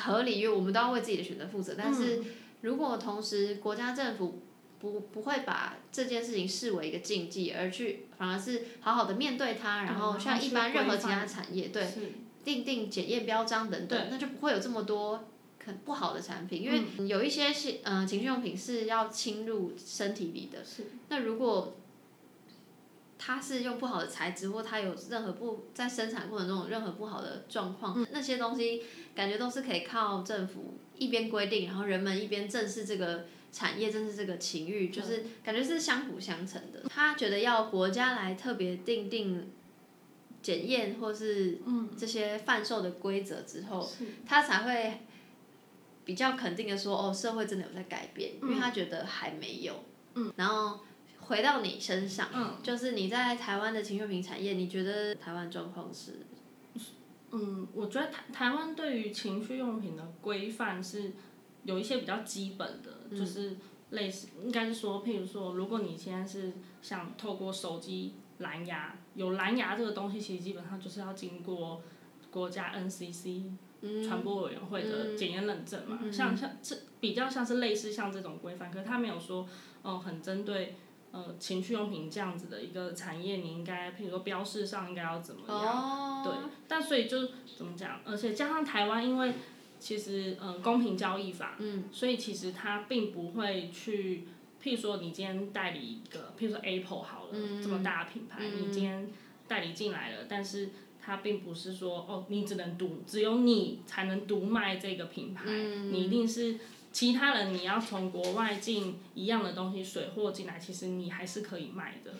[SPEAKER 1] 合理，因为我们都要为自己的选择负责。但
[SPEAKER 3] 嗯
[SPEAKER 1] 是如果同时国家政府不不会把这件事情视为一个禁忌，而去反而是好好的面对它，
[SPEAKER 3] 对
[SPEAKER 1] 然后
[SPEAKER 3] 然后
[SPEAKER 1] 像一般
[SPEAKER 3] 去
[SPEAKER 1] 任何
[SPEAKER 3] 规
[SPEAKER 1] 其
[SPEAKER 3] 范
[SPEAKER 1] 他产业，对，
[SPEAKER 3] 是
[SPEAKER 1] 定定检验标章等等
[SPEAKER 3] 对，嗯
[SPEAKER 1] 那就不会有这么多可不好的产品，因为有一些是呃情趣用品是要侵入身体里的，
[SPEAKER 3] 是
[SPEAKER 1] 那如果它是用不好的材质，或它有任何不在生产过程中有任何不好的状况，
[SPEAKER 3] 嗯
[SPEAKER 1] 那些东西感觉都是可以靠政府一边规定，然后人们一边正视这个产业，正视这个情欲，就是
[SPEAKER 3] 嗯
[SPEAKER 1] 感觉是相辅相成的。他觉得要国家来特别定定检验或是这些贩售的规则之后，
[SPEAKER 3] 是
[SPEAKER 1] 他才会比较肯定的说，哦，社会真的有在改变，因为他觉得还没有。嗯。然后回到你身上，
[SPEAKER 3] 嗯
[SPEAKER 1] 就是你在台湾的情趣品产业，你觉得台湾状况是？
[SPEAKER 3] 嗯，我觉得台台湾对于情趣用品的规范是有一些比较基本的，就是类似应该是说，譬如说，如果你现在是想透过手机蓝牙有蓝牙这个东西，其实基本上就是要经过国家 NCC 传播委员会的检验认证嘛，像像这比较像是类似像这种规范，可是他没有说，嗯、很针对呃情趣用品这样子的一个产业，你应该譬如说标示上应该要怎么样，
[SPEAKER 1] 哦，
[SPEAKER 3] 对，但所以就怎么讲，而且加上台湾因为其实嗯、呃公平交易法，嗯，所以其实它并不会去。譬如说，你今天代理一个，譬如说 Apple 好了，这么大的品牌，你今天代理进来了，但是它并不是说哦，你只能独，只有你才能独卖这个品牌，你一定是其他人你要从国外进一样的东西水货进来，其实你还是可以卖的。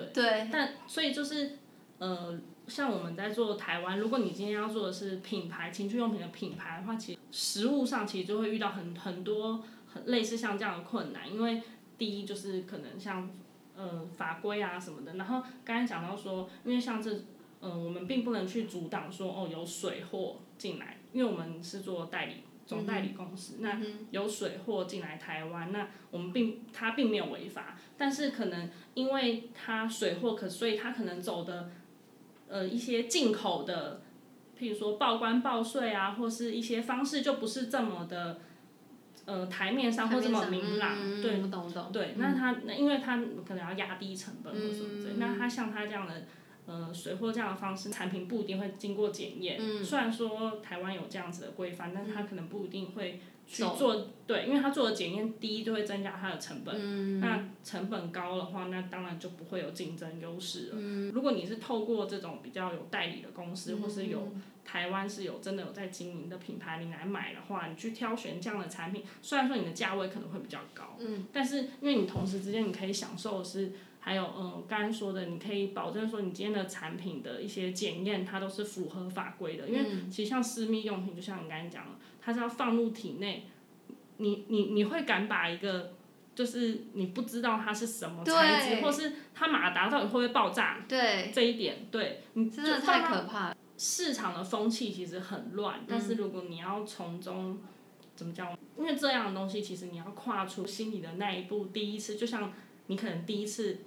[SPEAKER 1] 哦对，
[SPEAKER 3] 但所以就是呃，像我们在做台湾，如果你今天要做的是品牌情趣用品的品牌的话，其实实物上其实就会遇到很很多很类似像这样的困难，因为第一就是可能像呃法规啊什么的，然后刚才讲到说，因为像这嗯、呃、我们并不能去阻挡说哦有水货进来，因为我们是做代理。总代理公司，那有水货进来台湾，那我们并他并没有违法，但是可能因为它水货可，所以它可能走的，呃，一些进口的，譬如说报关报税啊，或是一些方式就不是这么的，呃，台面上或这么明朗，
[SPEAKER 1] 嗯
[SPEAKER 3] 对，
[SPEAKER 1] 我懂我懂，
[SPEAKER 3] 对，那他那因为他可能要压低成本或什么之类，那他像他这样的呃水货这样的方式，产品不一定会经过检验。
[SPEAKER 1] 嗯
[SPEAKER 3] 虽然说台湾有这样子的规范，但是他可能不一定会去
[SPEAKER 1] 走
[SPEAKER 3] 做，对，因为他做的检验第一就会增加它的成本，那成本高的话，那当然就不会有竞争优势了。如果你是透过这种比较有代理的公司，或是有台湾是有真的有在经营的品牌，你来买的话，你去挑选这样的产品，虽然说你的价位可能会比较高，嗯，但是因为你同时之间你可以享受的是，还有嗯刚才说的，你可以保证说你今天的产品的一些检验，它都是符合法规的，因为
[SPEAKER 1] 嗯
[SPEAKER 3] 其实像私密用品，就像你刚才讲了，它是要放入体内，你你你会敢把一个。就是你不知道它是什么材质，
[SPEAKER 1] 对
[SPEAKER 3] 或是它马达到底会不会爆炸，
[SPEAKER 1] 对，
[SPEAKER 3] 这一点，对你
[SPEAKER 1] 真的
[SPEAKER 3] 就
[SPEAKER 1] 太
[SPEAKER 3] 放到
[SPEAKER 1] 可怕了，
[SPEAKER 3] 市场的风气其实很乱，但是如果你要从中怎么讲，因为这样的东西，其实你要跨出心里的那一步，第一次就像你可能第一次，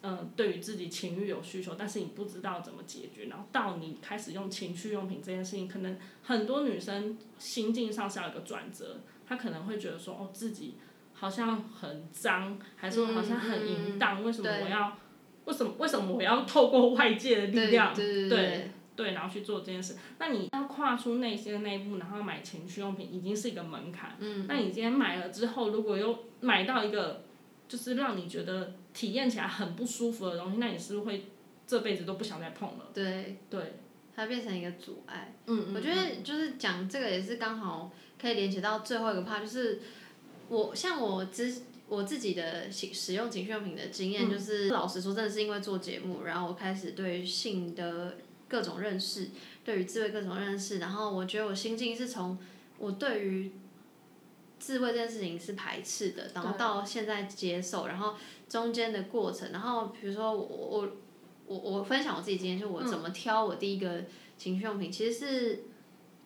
[SPEAKER 3] 呃，对于自己情欲有需求，但是你不知道怎么解决，然后到你开始用情趣用品这件事情，可能很多女生心境上是要有一个转折，她可能会觉得说，哦，自己好像很脏，还是好像很淫荡，为什么
[SPEAKER 1] 对
[SPEAKER 3] 我要？为什么为什么我要透过外界的力
[SPEAKER 1] 对
[SPEAKER 3] 量
[SPEAKER 1] 对对
[SPEAKER 3] 对对，然后去做这件事。那你要跨出内心的那一步，然后买情趣用品，已经是一个门槛。嗯。那你今天买了之后，如果又买到一个就是让你觉得体验起来很不舒服的东西，那你是不是会这辈子都不想再碰了？
[SPEAKER 1] 对，
[SPEAKER 3] 对，
[SPEAKER 1] 它变成一个阻碍。
[SPEAKER 3] 嗯
[SPEAKER 1] 我觉得就是讲这个也是刚好可以连接到最后一个 part，就是我像我之我自己的使使用情趣用品的经
[SPEAKER 3] 嗯
[SPEAKER 1] 验，就是、老实说，真的是因为做节目，然后我开始对于性的各种认识，对于自慰各种认识，然后我觉得我心境是从我对于自慰这件事情是排斥的，然后
[SPEAKER 3] 对
[SPEAKER 1] 到现在接受，然后中间的过程，然后比如说我我我我分享我自己经验，就我怎么挑我第一个情趣用品，其实是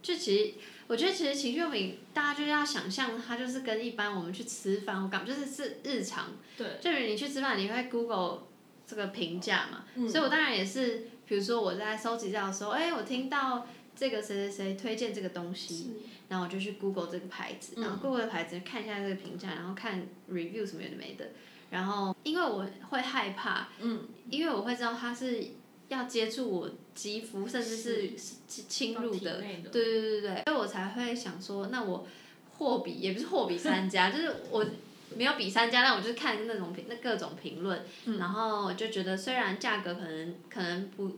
[SPEAKER 1] 就其实我觉得其实情趣用品大家就是要想象它就是跟一般我们去吃饭，我感就是是日常。
[SPEAKER 3] 对，
[SPEAKER 1] 就是你去吃饭，你会 Google 这个评价嘛？
[SPEAKER 3] 嗯
[SPEAKER 1] 所以我当然也是，比如说我在收集资料的时候，哎、我听到这个谁谁谁推荐这个东西，然后我就去 Google 这个牌子，然后 Google 的牌子看一下这个评价，然后看 review 什么有的没的，然后因为我会害怕，嗯，因为我会知道它是要接触我肌肤，甚至是侵侵入的
[SPEAKER 3] 到，体内的。
[SPEAKER 1] 对对对对，所以我才会想说，那我货比也不是货比三家，就是我没有比三家，但我就是看那种评那各种评论，
[SPEAKER 3] 嗯
[SPEAKER 1] 然后我就觉得虽然价格可能可能不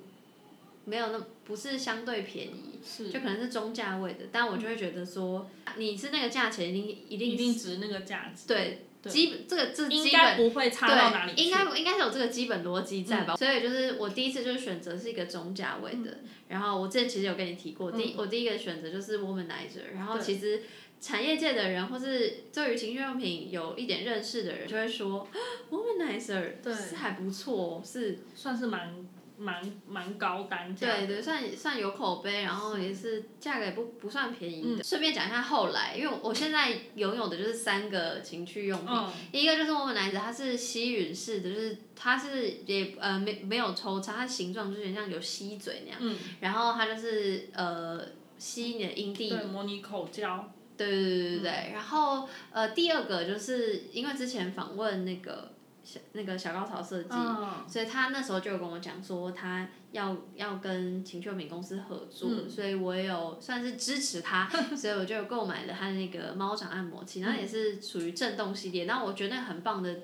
[SPEAKER 1] 没有那不是相对便宜，
[SPEAKER 3] 是。
[SPEAKER 1] 就可能是中价位的，但我就会觉得说，你是那个价钱一定一定
[SPEAKER 3] 一定值那个价值，
[SPEAKER 1] 对
[SPEAKER 3] 对
[SPEAKER 1] 基本这个这
[SPEAKER 3] 应
[SPEAKER 1] 基本
[SPEAKER 3] 该不会差到哪里
[SPEAKER 1] 对，
[SPEAKER 3] 去。
[SPEAKER 1] 应该应该是有这个基本逻辑在吧？所以就是我第一次就是选择是一个中价位的，然后我之前其实有跟你提过，第、我第一个选择就是 womanizer，然后
[SPEAKER 3] 对
[SPEAKER 1] 其实产业界的人或是对于情趣用品有一点认识的人就会说啊，womanizer
[SPEAKER 3] 对
[SPEAKER 1] 是还不错哦，是
[SPEAKER 3] 算是蛮蛮蛮高单价的。
[SPEAKER 1] 对对，算算有口碑，然后也是嗯价格也不不算便宜的。顺便讲一下后来，因为我我现在拥有的就是三个情趣用品，
[SPEAKER 3] 嗯，
[SPEAKER 1] 一个就是我们男子，它是吸吮式的，就是它是也呃没没有抽插，它形状就是很像有吸嘴那样，
[SPEAKER 3] 嗯
[SPEAKER 1] 然后它就是呃吸你的阴蒂
[SPEAKER 3] 对，模拟口交，
[SPEAKER 1] 对对对对对，然后呃，第二个就是因为之前访问那个小那个小高潮设计，
[SPEAKER 3] 嗯，
[SPEAKER 1] 所以他那时候就有跟我讲说他要要跟情趣用品公司合作，
[SPEAKER 3] 嗯
[SPEAKER 1] 所以我也有算是支持 他，所以我就购买了他那个猫掌按
[SPEAKER 3] 嗯
[SPEAKER 1] 摩器，然后也是属于震动系列。那我觉得很棒的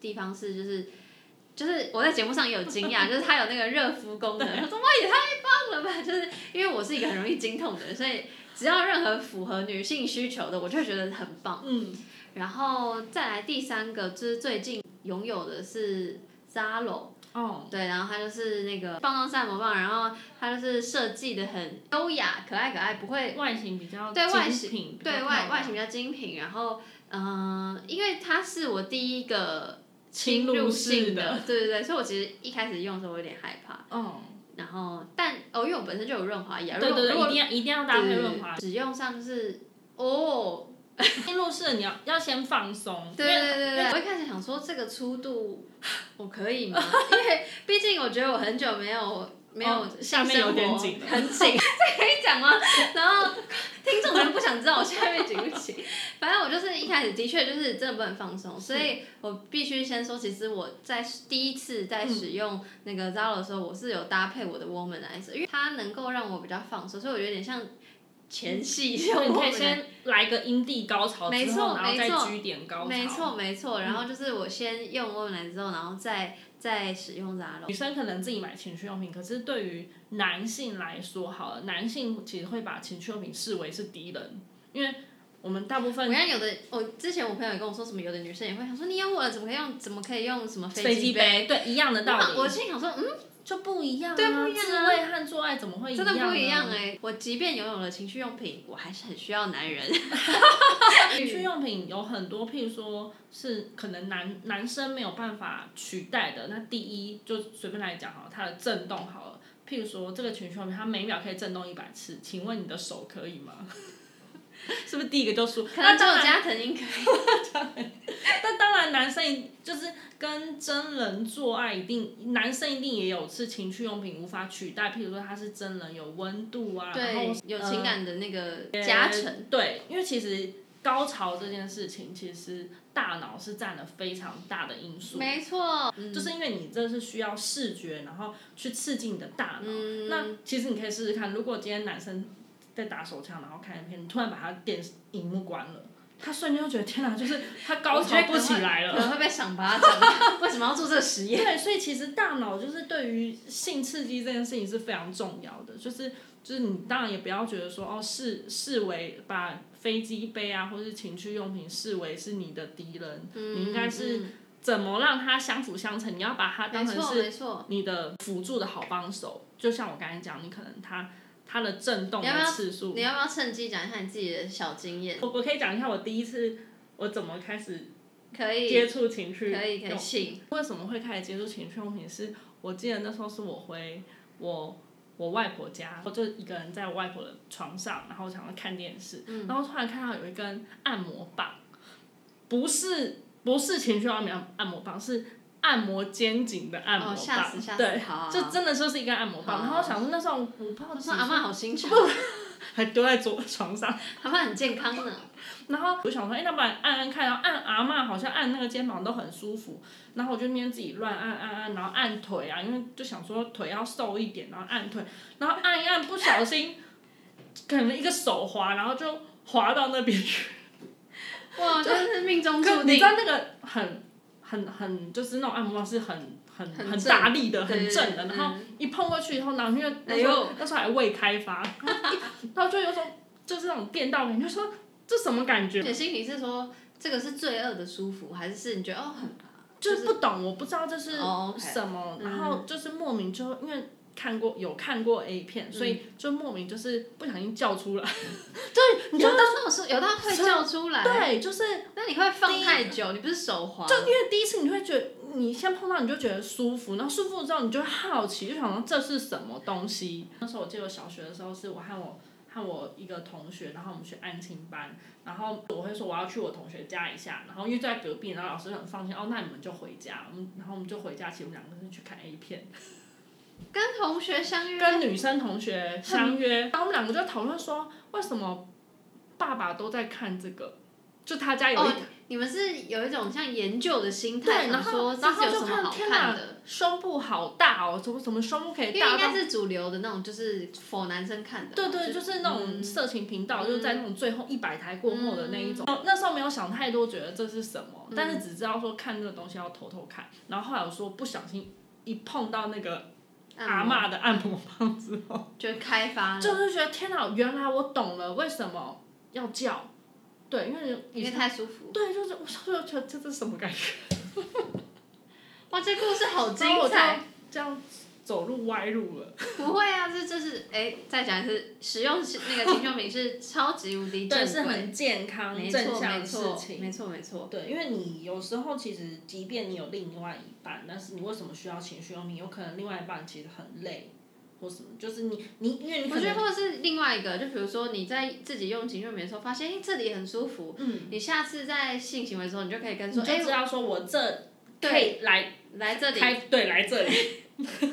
[SPEAKER 1] 地方是就是。就是我在节目上也有惊 讶，就是它有那个热敷功能，我说哇也太棒了吧！就是因为我是一个很容易经痛的人，所以只要任何符合女性需求的，我就觉得很棒。
[SPEAKER 3] 嗯，
[SPEAKER 1] 然后再来第三个，就是最近拥有的是 Zalo，
[SPEAKER 3] 哦，
[SPEAKER 1] 对，然后它就是那个棒棒散魔棒，然后它就是设计的很优雅、可爱可爱，不会
[SPEAKER 3] 外形比较
[SPEAKER 1] 对外
[SPEAKER 3] 精品比较
[SPEAKER 1] 对
[SPEAKER 3] 漂
[SPEAKER 1] 外
[SPEAKER 3] 亮
[SPEAKER 1] 外形比较精品。然后，嗯、因为它是我第一个
[SPEAKER 3] 侵入
[SPEAKER 1] 入
[SPEAKER 3] 式
[SPEAKER 1] 性
[SPEAKER 3] 的
[SPEAKER 1] 对对对，所以我其实一开始用的时候我有点害怕。
[SPEAKER 3] 嗯，
[SPEAKER 1] 然后，但哦，因为我本身就有润滑液啊，
[SPEAKER 3] 对
[SPEAKER 1] 如果
[SPEAKER 3] 对
[SPEAKER 1] 如
[SPEAKER 3] 对，一
[SPEAKER 1] 果
[SPEAKER 3] 定要一定要搭配
[SPEAKER 1] 对
[SPEAKER 3] 润滑。
[SPEAKER 1] 使用上就是哦，
[SPEAKER 3] 进入式你要要先放松，
[SPEAKER 1] 对
[SPEAKER 3] 因
[SPEAKER 1] 对
[SPEAKER 3] 为
[SPEAKER 1] 对对，我一开始想说这个粗度我可以吗？因为毕竟我觉得我很久没有没有
[SPEAKER 3] 哦下面
[SPEAKER 1] 性生
[SPEAKER 3] 有点
[SPEAKER 1] 活
[SPEAKER 3] 紧了
[SPEAKER 1] 很 紧，这可以讲吗？然后听众可能不想知道我下面紧不紧，反正我就是一开始的确就是真的不能放松，所以我必须先说，其实我在第一次
[SPEAKER 3] 嗯
[SPEAKER 1] 在使用那个 Zalo 的时候，我是有搭配我的 Womanizer，因为它能够让我比较放松，所以我有点像前戏
[SPEAKER 3] 就
[SPEAKER 1] 用
[SPEAKER 3] 嗯你可以
[SPEAKER 1] Womanizer
[SPEAKER 3] 先来个阴蒂高潮
[SPEAKER 1] 没
[SPEAKER 3] 之
[SPEAKER 1] 错
[SPEAKER 3] 后，然后
[SPEAKER 1] 没
[SPEAKER 3] 再
[SPEAKER 1] 错
[SPEAKER 3] 居点高潮。嗯
[SPEAKER 1] 没错没错，然后就是我先用欧莱之后，然后再再使用 Zalo。
[SPEAKER 3] 女生可能自己买情趣用品，可是对于男性来说，好了，男性其实会把情趣用品视为是敌人，因为我们大部
[SPEAKER 1] 我
[SPEAKER 3] 分
[SPEAKER 1] 看有的，我之前我朋友也跟我说，什么有的女生也会想说，你有我了，怎么可以用，怎么可以用什么机
[SPEAKER 3] 机？杯对一样的道
[SPEAKER 1] 那我
[SPEAKER 3] 理，
[SPEAKER 1] 心里想说，嗯，
[SPEAKER 3] 就不一样啊，
[SPEAKER 1] 对不一样啊
[SPEAKER 3] 自慰和做爱怎么会一
[SPEAKER 1] 真
[SPEAKER 3] 样？啊
[SPEAKER 1] 的不一
[SPEAKER 3] 一
[SPEAKER 1] 样哎、我即便拥有了情趣用品，我还是很需要男 人。
[SPEAKER 3] 情趣用品有很多，譬如说是可能男男生没有办法取代的。那第一就随便来讲好了，它的震动好了，譬如说这个情趣用品，它每秒可以震动一百次，请问你的手可以吗？ 是不是第一个就输？
[SPEAKER 1] 可
[SPEAKER 3] 那
[SPEAKER 1] 能只
[SPEAKER 3] 当
[SPEAKER 1] 有
[SPEAKER 3] 然，
[SPEAKER 1] 加藤应该
[SPEAKER 3] 那当然，男生一就是跟真人做爱，一定男生一定也有是情趣用品无法取代，譬如说它是真人有温度啊，然后
[SPEAKER 1] 对有情感的那个加
[SPEAKER 3] 加
[SPEAKER 1] 成。
[SPEAKER 3] 成。对，因为其实高潮这件事情，其实大脑是占了非常大的因素，
[SPEAKER 1] 没错，嗯
[SPEAKER 3] 就是因为你这是需要视觉，然后去刺激你的大脑。
[SPEAKER 1] 嗯
[SPEAKER 3] 那其实你可以试试看，如果今天男生在打手枪，然后看影片，你突然把他电视荧幕关了。他瞬间就觉得天哪，就是他高潮不起来了
[SPEAKER 1] 可，能会被赏巴 掌。为什么要做这个实验？
[SPEAKER 3] 对，所以其实大脑就是对于性刺激这件事情是非常重要的，就是就是你当然也不要觉得说哦视视为把飞机杯啊或是情趣用品视为是你的敌人，你
[SPEAKER 1] 嗯
[SPEAKER 3] 应该是怎么让它相辅相成，你要把它
[SPEAKER 1] 没
[SPEAKER 3] 当成
[SPEAKER 1] 错
[SPEAKER 3] 是
[SPEAKER 1] 没错。
[SPEAKER 3] 你的辅助的好帮手，就像我刚才讲，你可能它它的震动
[SPEAKER 1] 你要不
[SPEAKER 3] 的
[SPEAKER 1] 要
[SPEAKER 3] 次数
[SPEAKER 1] 你要不要趁机讲一下你自己的小经验？
[SPEAKER 3] 我我可以讲一下我第一次我怎么开始
[SPEAKER 1] 可以，
[SPEAKER 3] 接触情趣
[SPEAKER 1] 可以可以，
[SPEAKER 3] 用
[SPEAKER 1] 请
[SPEAKER 3] 为什么会开始接触情趣用品是？我记得那时候是我回我我外婆家，我就一个人在我外婆的床上，然后想要看电视，
[SPEAKER 1] 嗯
[SPEAKER 3] 然后突然看到有一根按摩棒，不是不是情绪按摩按摩棒，是按摩肩颈的按摩
[SPEAKER 1] 哦，吓
[SPEAKER 3] 棒，
[SPEAKER 1] 死吓死，
[SPEAKER 3] 对，
[SPEAKER 1] 好啊，
[SPEAKER 3] 就真的就是一根按摩棒。
[SPEAKER 1] 好
[SPEAKER 3] 然后想说那时候我不知道
[SPEAKER 1] 我
[SPEAKER 3] 几
[SPEAKER 1] 说阿
[SPEAKER 3] 岁
[SPEAKER 1] 嬷好心肠，
[SPEAKER 3] 还丢在桌床上。
[SPEAKER 1] 阿嬷很健康 呢，
[SPEAKER 3] 然后我想说，哎、那不然按按看，然后按阿嬷好像按那个肩膀都很舒服，然后我就那边自己乱按按按，然后按腿啊，因为就想说腿要瘦一点，然后按腿，然后按一按不小心，可能一个手滑，然后就滑到那边去。
[SPEAKER 1] 哇，真是命中注
[SPEAKER 3] 你
[SPEAKER 1] 定
[SPEAKER 3] 知道。那个很很很就是那种按摩棒是很很
[SPEAKER 1] 很
[SPEAKER 3] 很
[SPEAKER 1] 正
[SPEAKER 3] 大力的，很
[SPEAKER 1] 对
[SPEAKER 3] 正的，
[SPEAKER 1] 嗯
[SPEAKER 3] 然后一碰过去以后，然后因为那时
[SPEAKER 1] 哎
[SPEAKER 3] 候
[SPEAKER 1] 呦
[SPEAKER 3] 那时候还未开发，然后一然后就有种就是那种电到感觉，就说这什么感觉
[SPEAKER 1] 而？且心里是说这个是罪恶的舒服，还是是你觉得哦很
[SPEAKER 3] 就是不懂，我不知道这是
[SPEAKER 1] 哦，OK
[SPEAKER 3] 什么，
[SPEAKER 1] 嗯
[SPEAKER 3] 然后就是莫名就因为看过有看过 A
[SPEAKER 1] 嗯
[SPEAKER 3] 片，所以就莫名就是不小心叫出来，对，你就
[SPEAKER 1] 有到那种是有到会叫出来，
[SPEAKER 3] 对，就是
[SPEAKER 1] 那你会放太久，你不是手滑，
[SPEAKER 3] 就因为第一次你会觉得你先碰到你就觉得舒服，然后舒服之后你就会好奇，就想说这是什么东西。那时候我记得我小学的时候，是我和我和我一个同学，然后我们去安亲班，然后我会说我要去我同学家一下，然后因为在隔壁，然后老师很放心，哦，那你们就回家，我们然后我们就回家，其实我们两个是去看 A 片。
[SPEAKER 1] 跟同学相约，嗯
[SPEAKER 3] 跟女生同学相约，然后我们两个就讨论说，为什么爸爸都在看这个？就他家有一
[SPEAKER 1] 哦，你们是有一种像研究的心态，
[SPEAKER 3] 对，
[SPEAKER 1] 想
[SPEAKER 3] 然后
[SPEAKER 1] 说
[SPEAKER 3] 然
[SPEAKER 1] 这
[SPEAKER 3] 后
[SPEAKER 1] 是有
[SPEAKER 3] 就
[SPEAKER 1] 什么
[SPEAKER 3] 看
[SPEAKER 1] 好
[SPEAKER 3] 天
[SPEAKER 1] 看
[SPEAKER 3] 哪
[SPEAKER 1] 的，，
[SPEAKER 3] 胸部好大哦，怎么怎么胸部可
[SPEAKER 1] 因为应
[SPEAKER 3] 以大
[SPEAKER 1] 该
[SPEAKER 3] 到？
[SPEAKER 1] 是主流的那种，就是否男生看的嘛，
[SPEAKER 3] 对对，就是那种
[SPEAKER 1] 嗯
[SPEAKER 3] 色情频道，就是在那种最后一百台过后的那一种。
[SPEAKER 1] 嗯
[SPEAKER 3] 那时候没有想太多，觉得这是什么，但是只知道说看这个东西要偷偷看。然后后来我说不小心一碰到那个阿
[SPEAKER 1] 妈
[SPEAKER 3] 嬷的按摩棒之后。
[SPEAKER 1] 嗯就开发了，
[SPEAKER 3] 就是觉得天哪，原来我懂了为什么要叫，对，因为
[SPEAKER 1] 因
[SPEAKER 3] 以
[SPEAKER 1] 为
[SPEAKER 3] 前
[SPEAKER 1] 太舒服。
[SPEAKER 3] 对，就是我就觉得这是什么感觉？
[SPEAKER 1] 哇，这故事好精
[SPEAKER 3] 然后我就
[SPEAKER 1] 彩！哦
[SPEAKER 3] 这样走路歪路了，
[SPEAKER 1] 不会啊，这就是哎，再讲一次，使用是那个情趣用品是超级无敌正规，
[SPEAKER 3] 健康
[SPEAKER 1] 没错没错没错没错，
[SPEAKER 3] 对，因为你有时候其实，即便你有另外一半，但是你为什么需要情绪用品？有可能另外一半其实很累，或什么，就是你你因为你
[SPEAKER 1] 我
[SPEAKER 3] 可
[SPEAKER 1] 觉得
[SPEAKER 3] 能
[SPEAKER 1] 或者是另外一个，就比如说你在自己用情趣用品的时候，发现哎这里很舒服，
[SPEAKER 3] 嗯，
[SPEAKER 1] 你下次在性行为的时候，你就可以跟
[SPEAKER 3] 你
[SPEAKER 1] 说
[SPEAKER 3] 就
[SPEAKER 1] 哎
[SPEAKER 3] 知道说我这
[SPEAKER 1] 对
[SPEAKER 3] 可以来
[SPEAKER 1] 来 这里，
[SPEAKER 3] 开对来这里，
[SPEAKER 1] 对，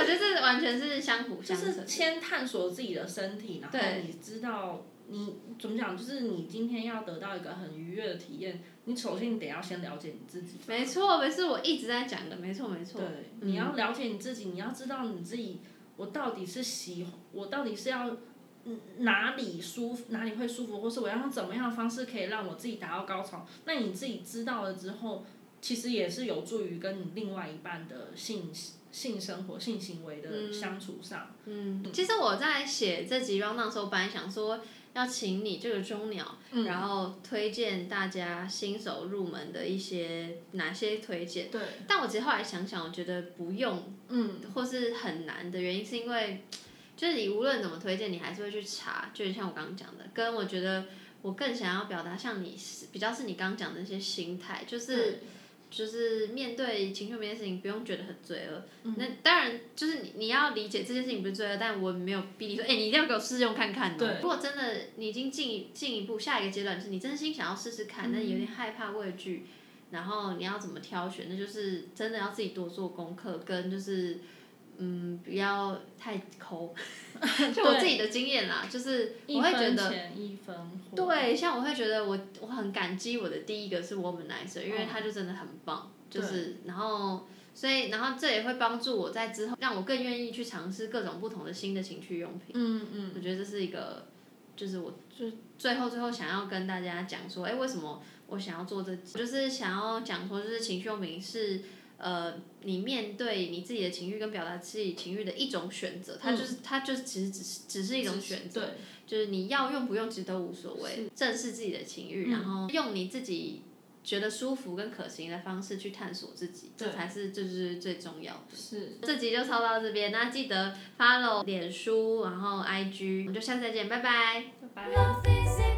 [SPEAKER 1] 我觉得这完全是相辅
[SPEAKER 3] 就
[SPEAKER 1] 相成
[SPEAKER 3] 是。先探索自己的身体，然后
[SPEAKER 1] 对
[SPEAKER 3] 你知道你怎么讲，就是你今天要得到一个很愉悦的体验，你首先得要先了解你自己。
[SPEAKER 1] 没错，没错，我一直在讲的，没错，没错
[SPEAKER 3] 对。，你要了解你自己，你要知道你自己，我到底是喜，我到底是要。嗯哪里舒服，哪里会舒服，或是我要用怎么样的方式可以让我自己达到高潮？那你自己知道了之后，其实也是有助于跟你另外一半的性性生活、性行为的相处上。
[SPEAKER 1] 嗯，其实我在写这集 round down 的时候，本来想说要请你这个中鸟，
[SPEAKER 3] 嗯
[SPEAKER 1] 然后推荐大家新手入门的一些哪些推荐。
[SPEAKER 3] 对，
[SPEAKER 1] 但我其实后来想想，我觉得不用
[SPEAKER 3] 嗯，
[SPEAKER 1] 或是很难的原因，是因为就是你无论怎么推荐，你还是会去查。就像我刚刚讲的，跟我觉得我更想要表达像你是比较是你刚刚讲的那些心态，就是。就是面对情绪这件事情，不用觉得很罪恶。
[SPEAKER 3] 嗯
[SPEAKER 1] 那当然，就是你你要理解这件事情不是罪恶，但我没有逼你说，哎、你一定要给我试用看看、哦。
[SPEAKER 3] 对
[SPEAKER 1] 如果真的你已经进一进一步，下一个阶段是你真心想要试试
[SPEAKER 3] 嗯
[SPEAKER 1] 看，但有点害怕畏惧，然后你要怎么挑选，那就是真的要自己多做功课，跟就是嗯不要太 抠。就我自己的经验啦，就是我会觉得
[SPEAKER 3] 一分钱一分货。
[SPEAKER 1] 对，像我会觉得我我很感激我的第一个是 Womanizer，因为他就真的很棒，就是然后所以然后这也会帮助我在之后让我更愿意去尝试各种不同的新的情趣用品。
[SPEAKER 3] 嗯嗯，
[SPEAKER 1] 我觉得这是一个，就是我就最后最后想要跟大家讲说，哎、为什么我想要做这，就是想要讲说，就是情绪用品是。呃，你面对你自己的情绪跟表达自己情绪的一种选择，它就是、它就是其实只是嗯只是一种选择，
[SPEAKER 3] 对，
[SPEAKER 1] 就是你要用不用其实都无所谓，正视自己的情欲，然后用你自己觉得舒服跟可行的方式去探索自己，这
[SPEAKER 3] 对
[SPEAKER 1] 才是就是最重要的。
[SPEAKER 3] 是，
[SPEAKER 1] 这集就抄到这边，那记得 follow 脸书，然后 IG，我们就下次再见，拜拜。
[SPEAKER 3] 拜拜。
[SPEAKER 2] Love is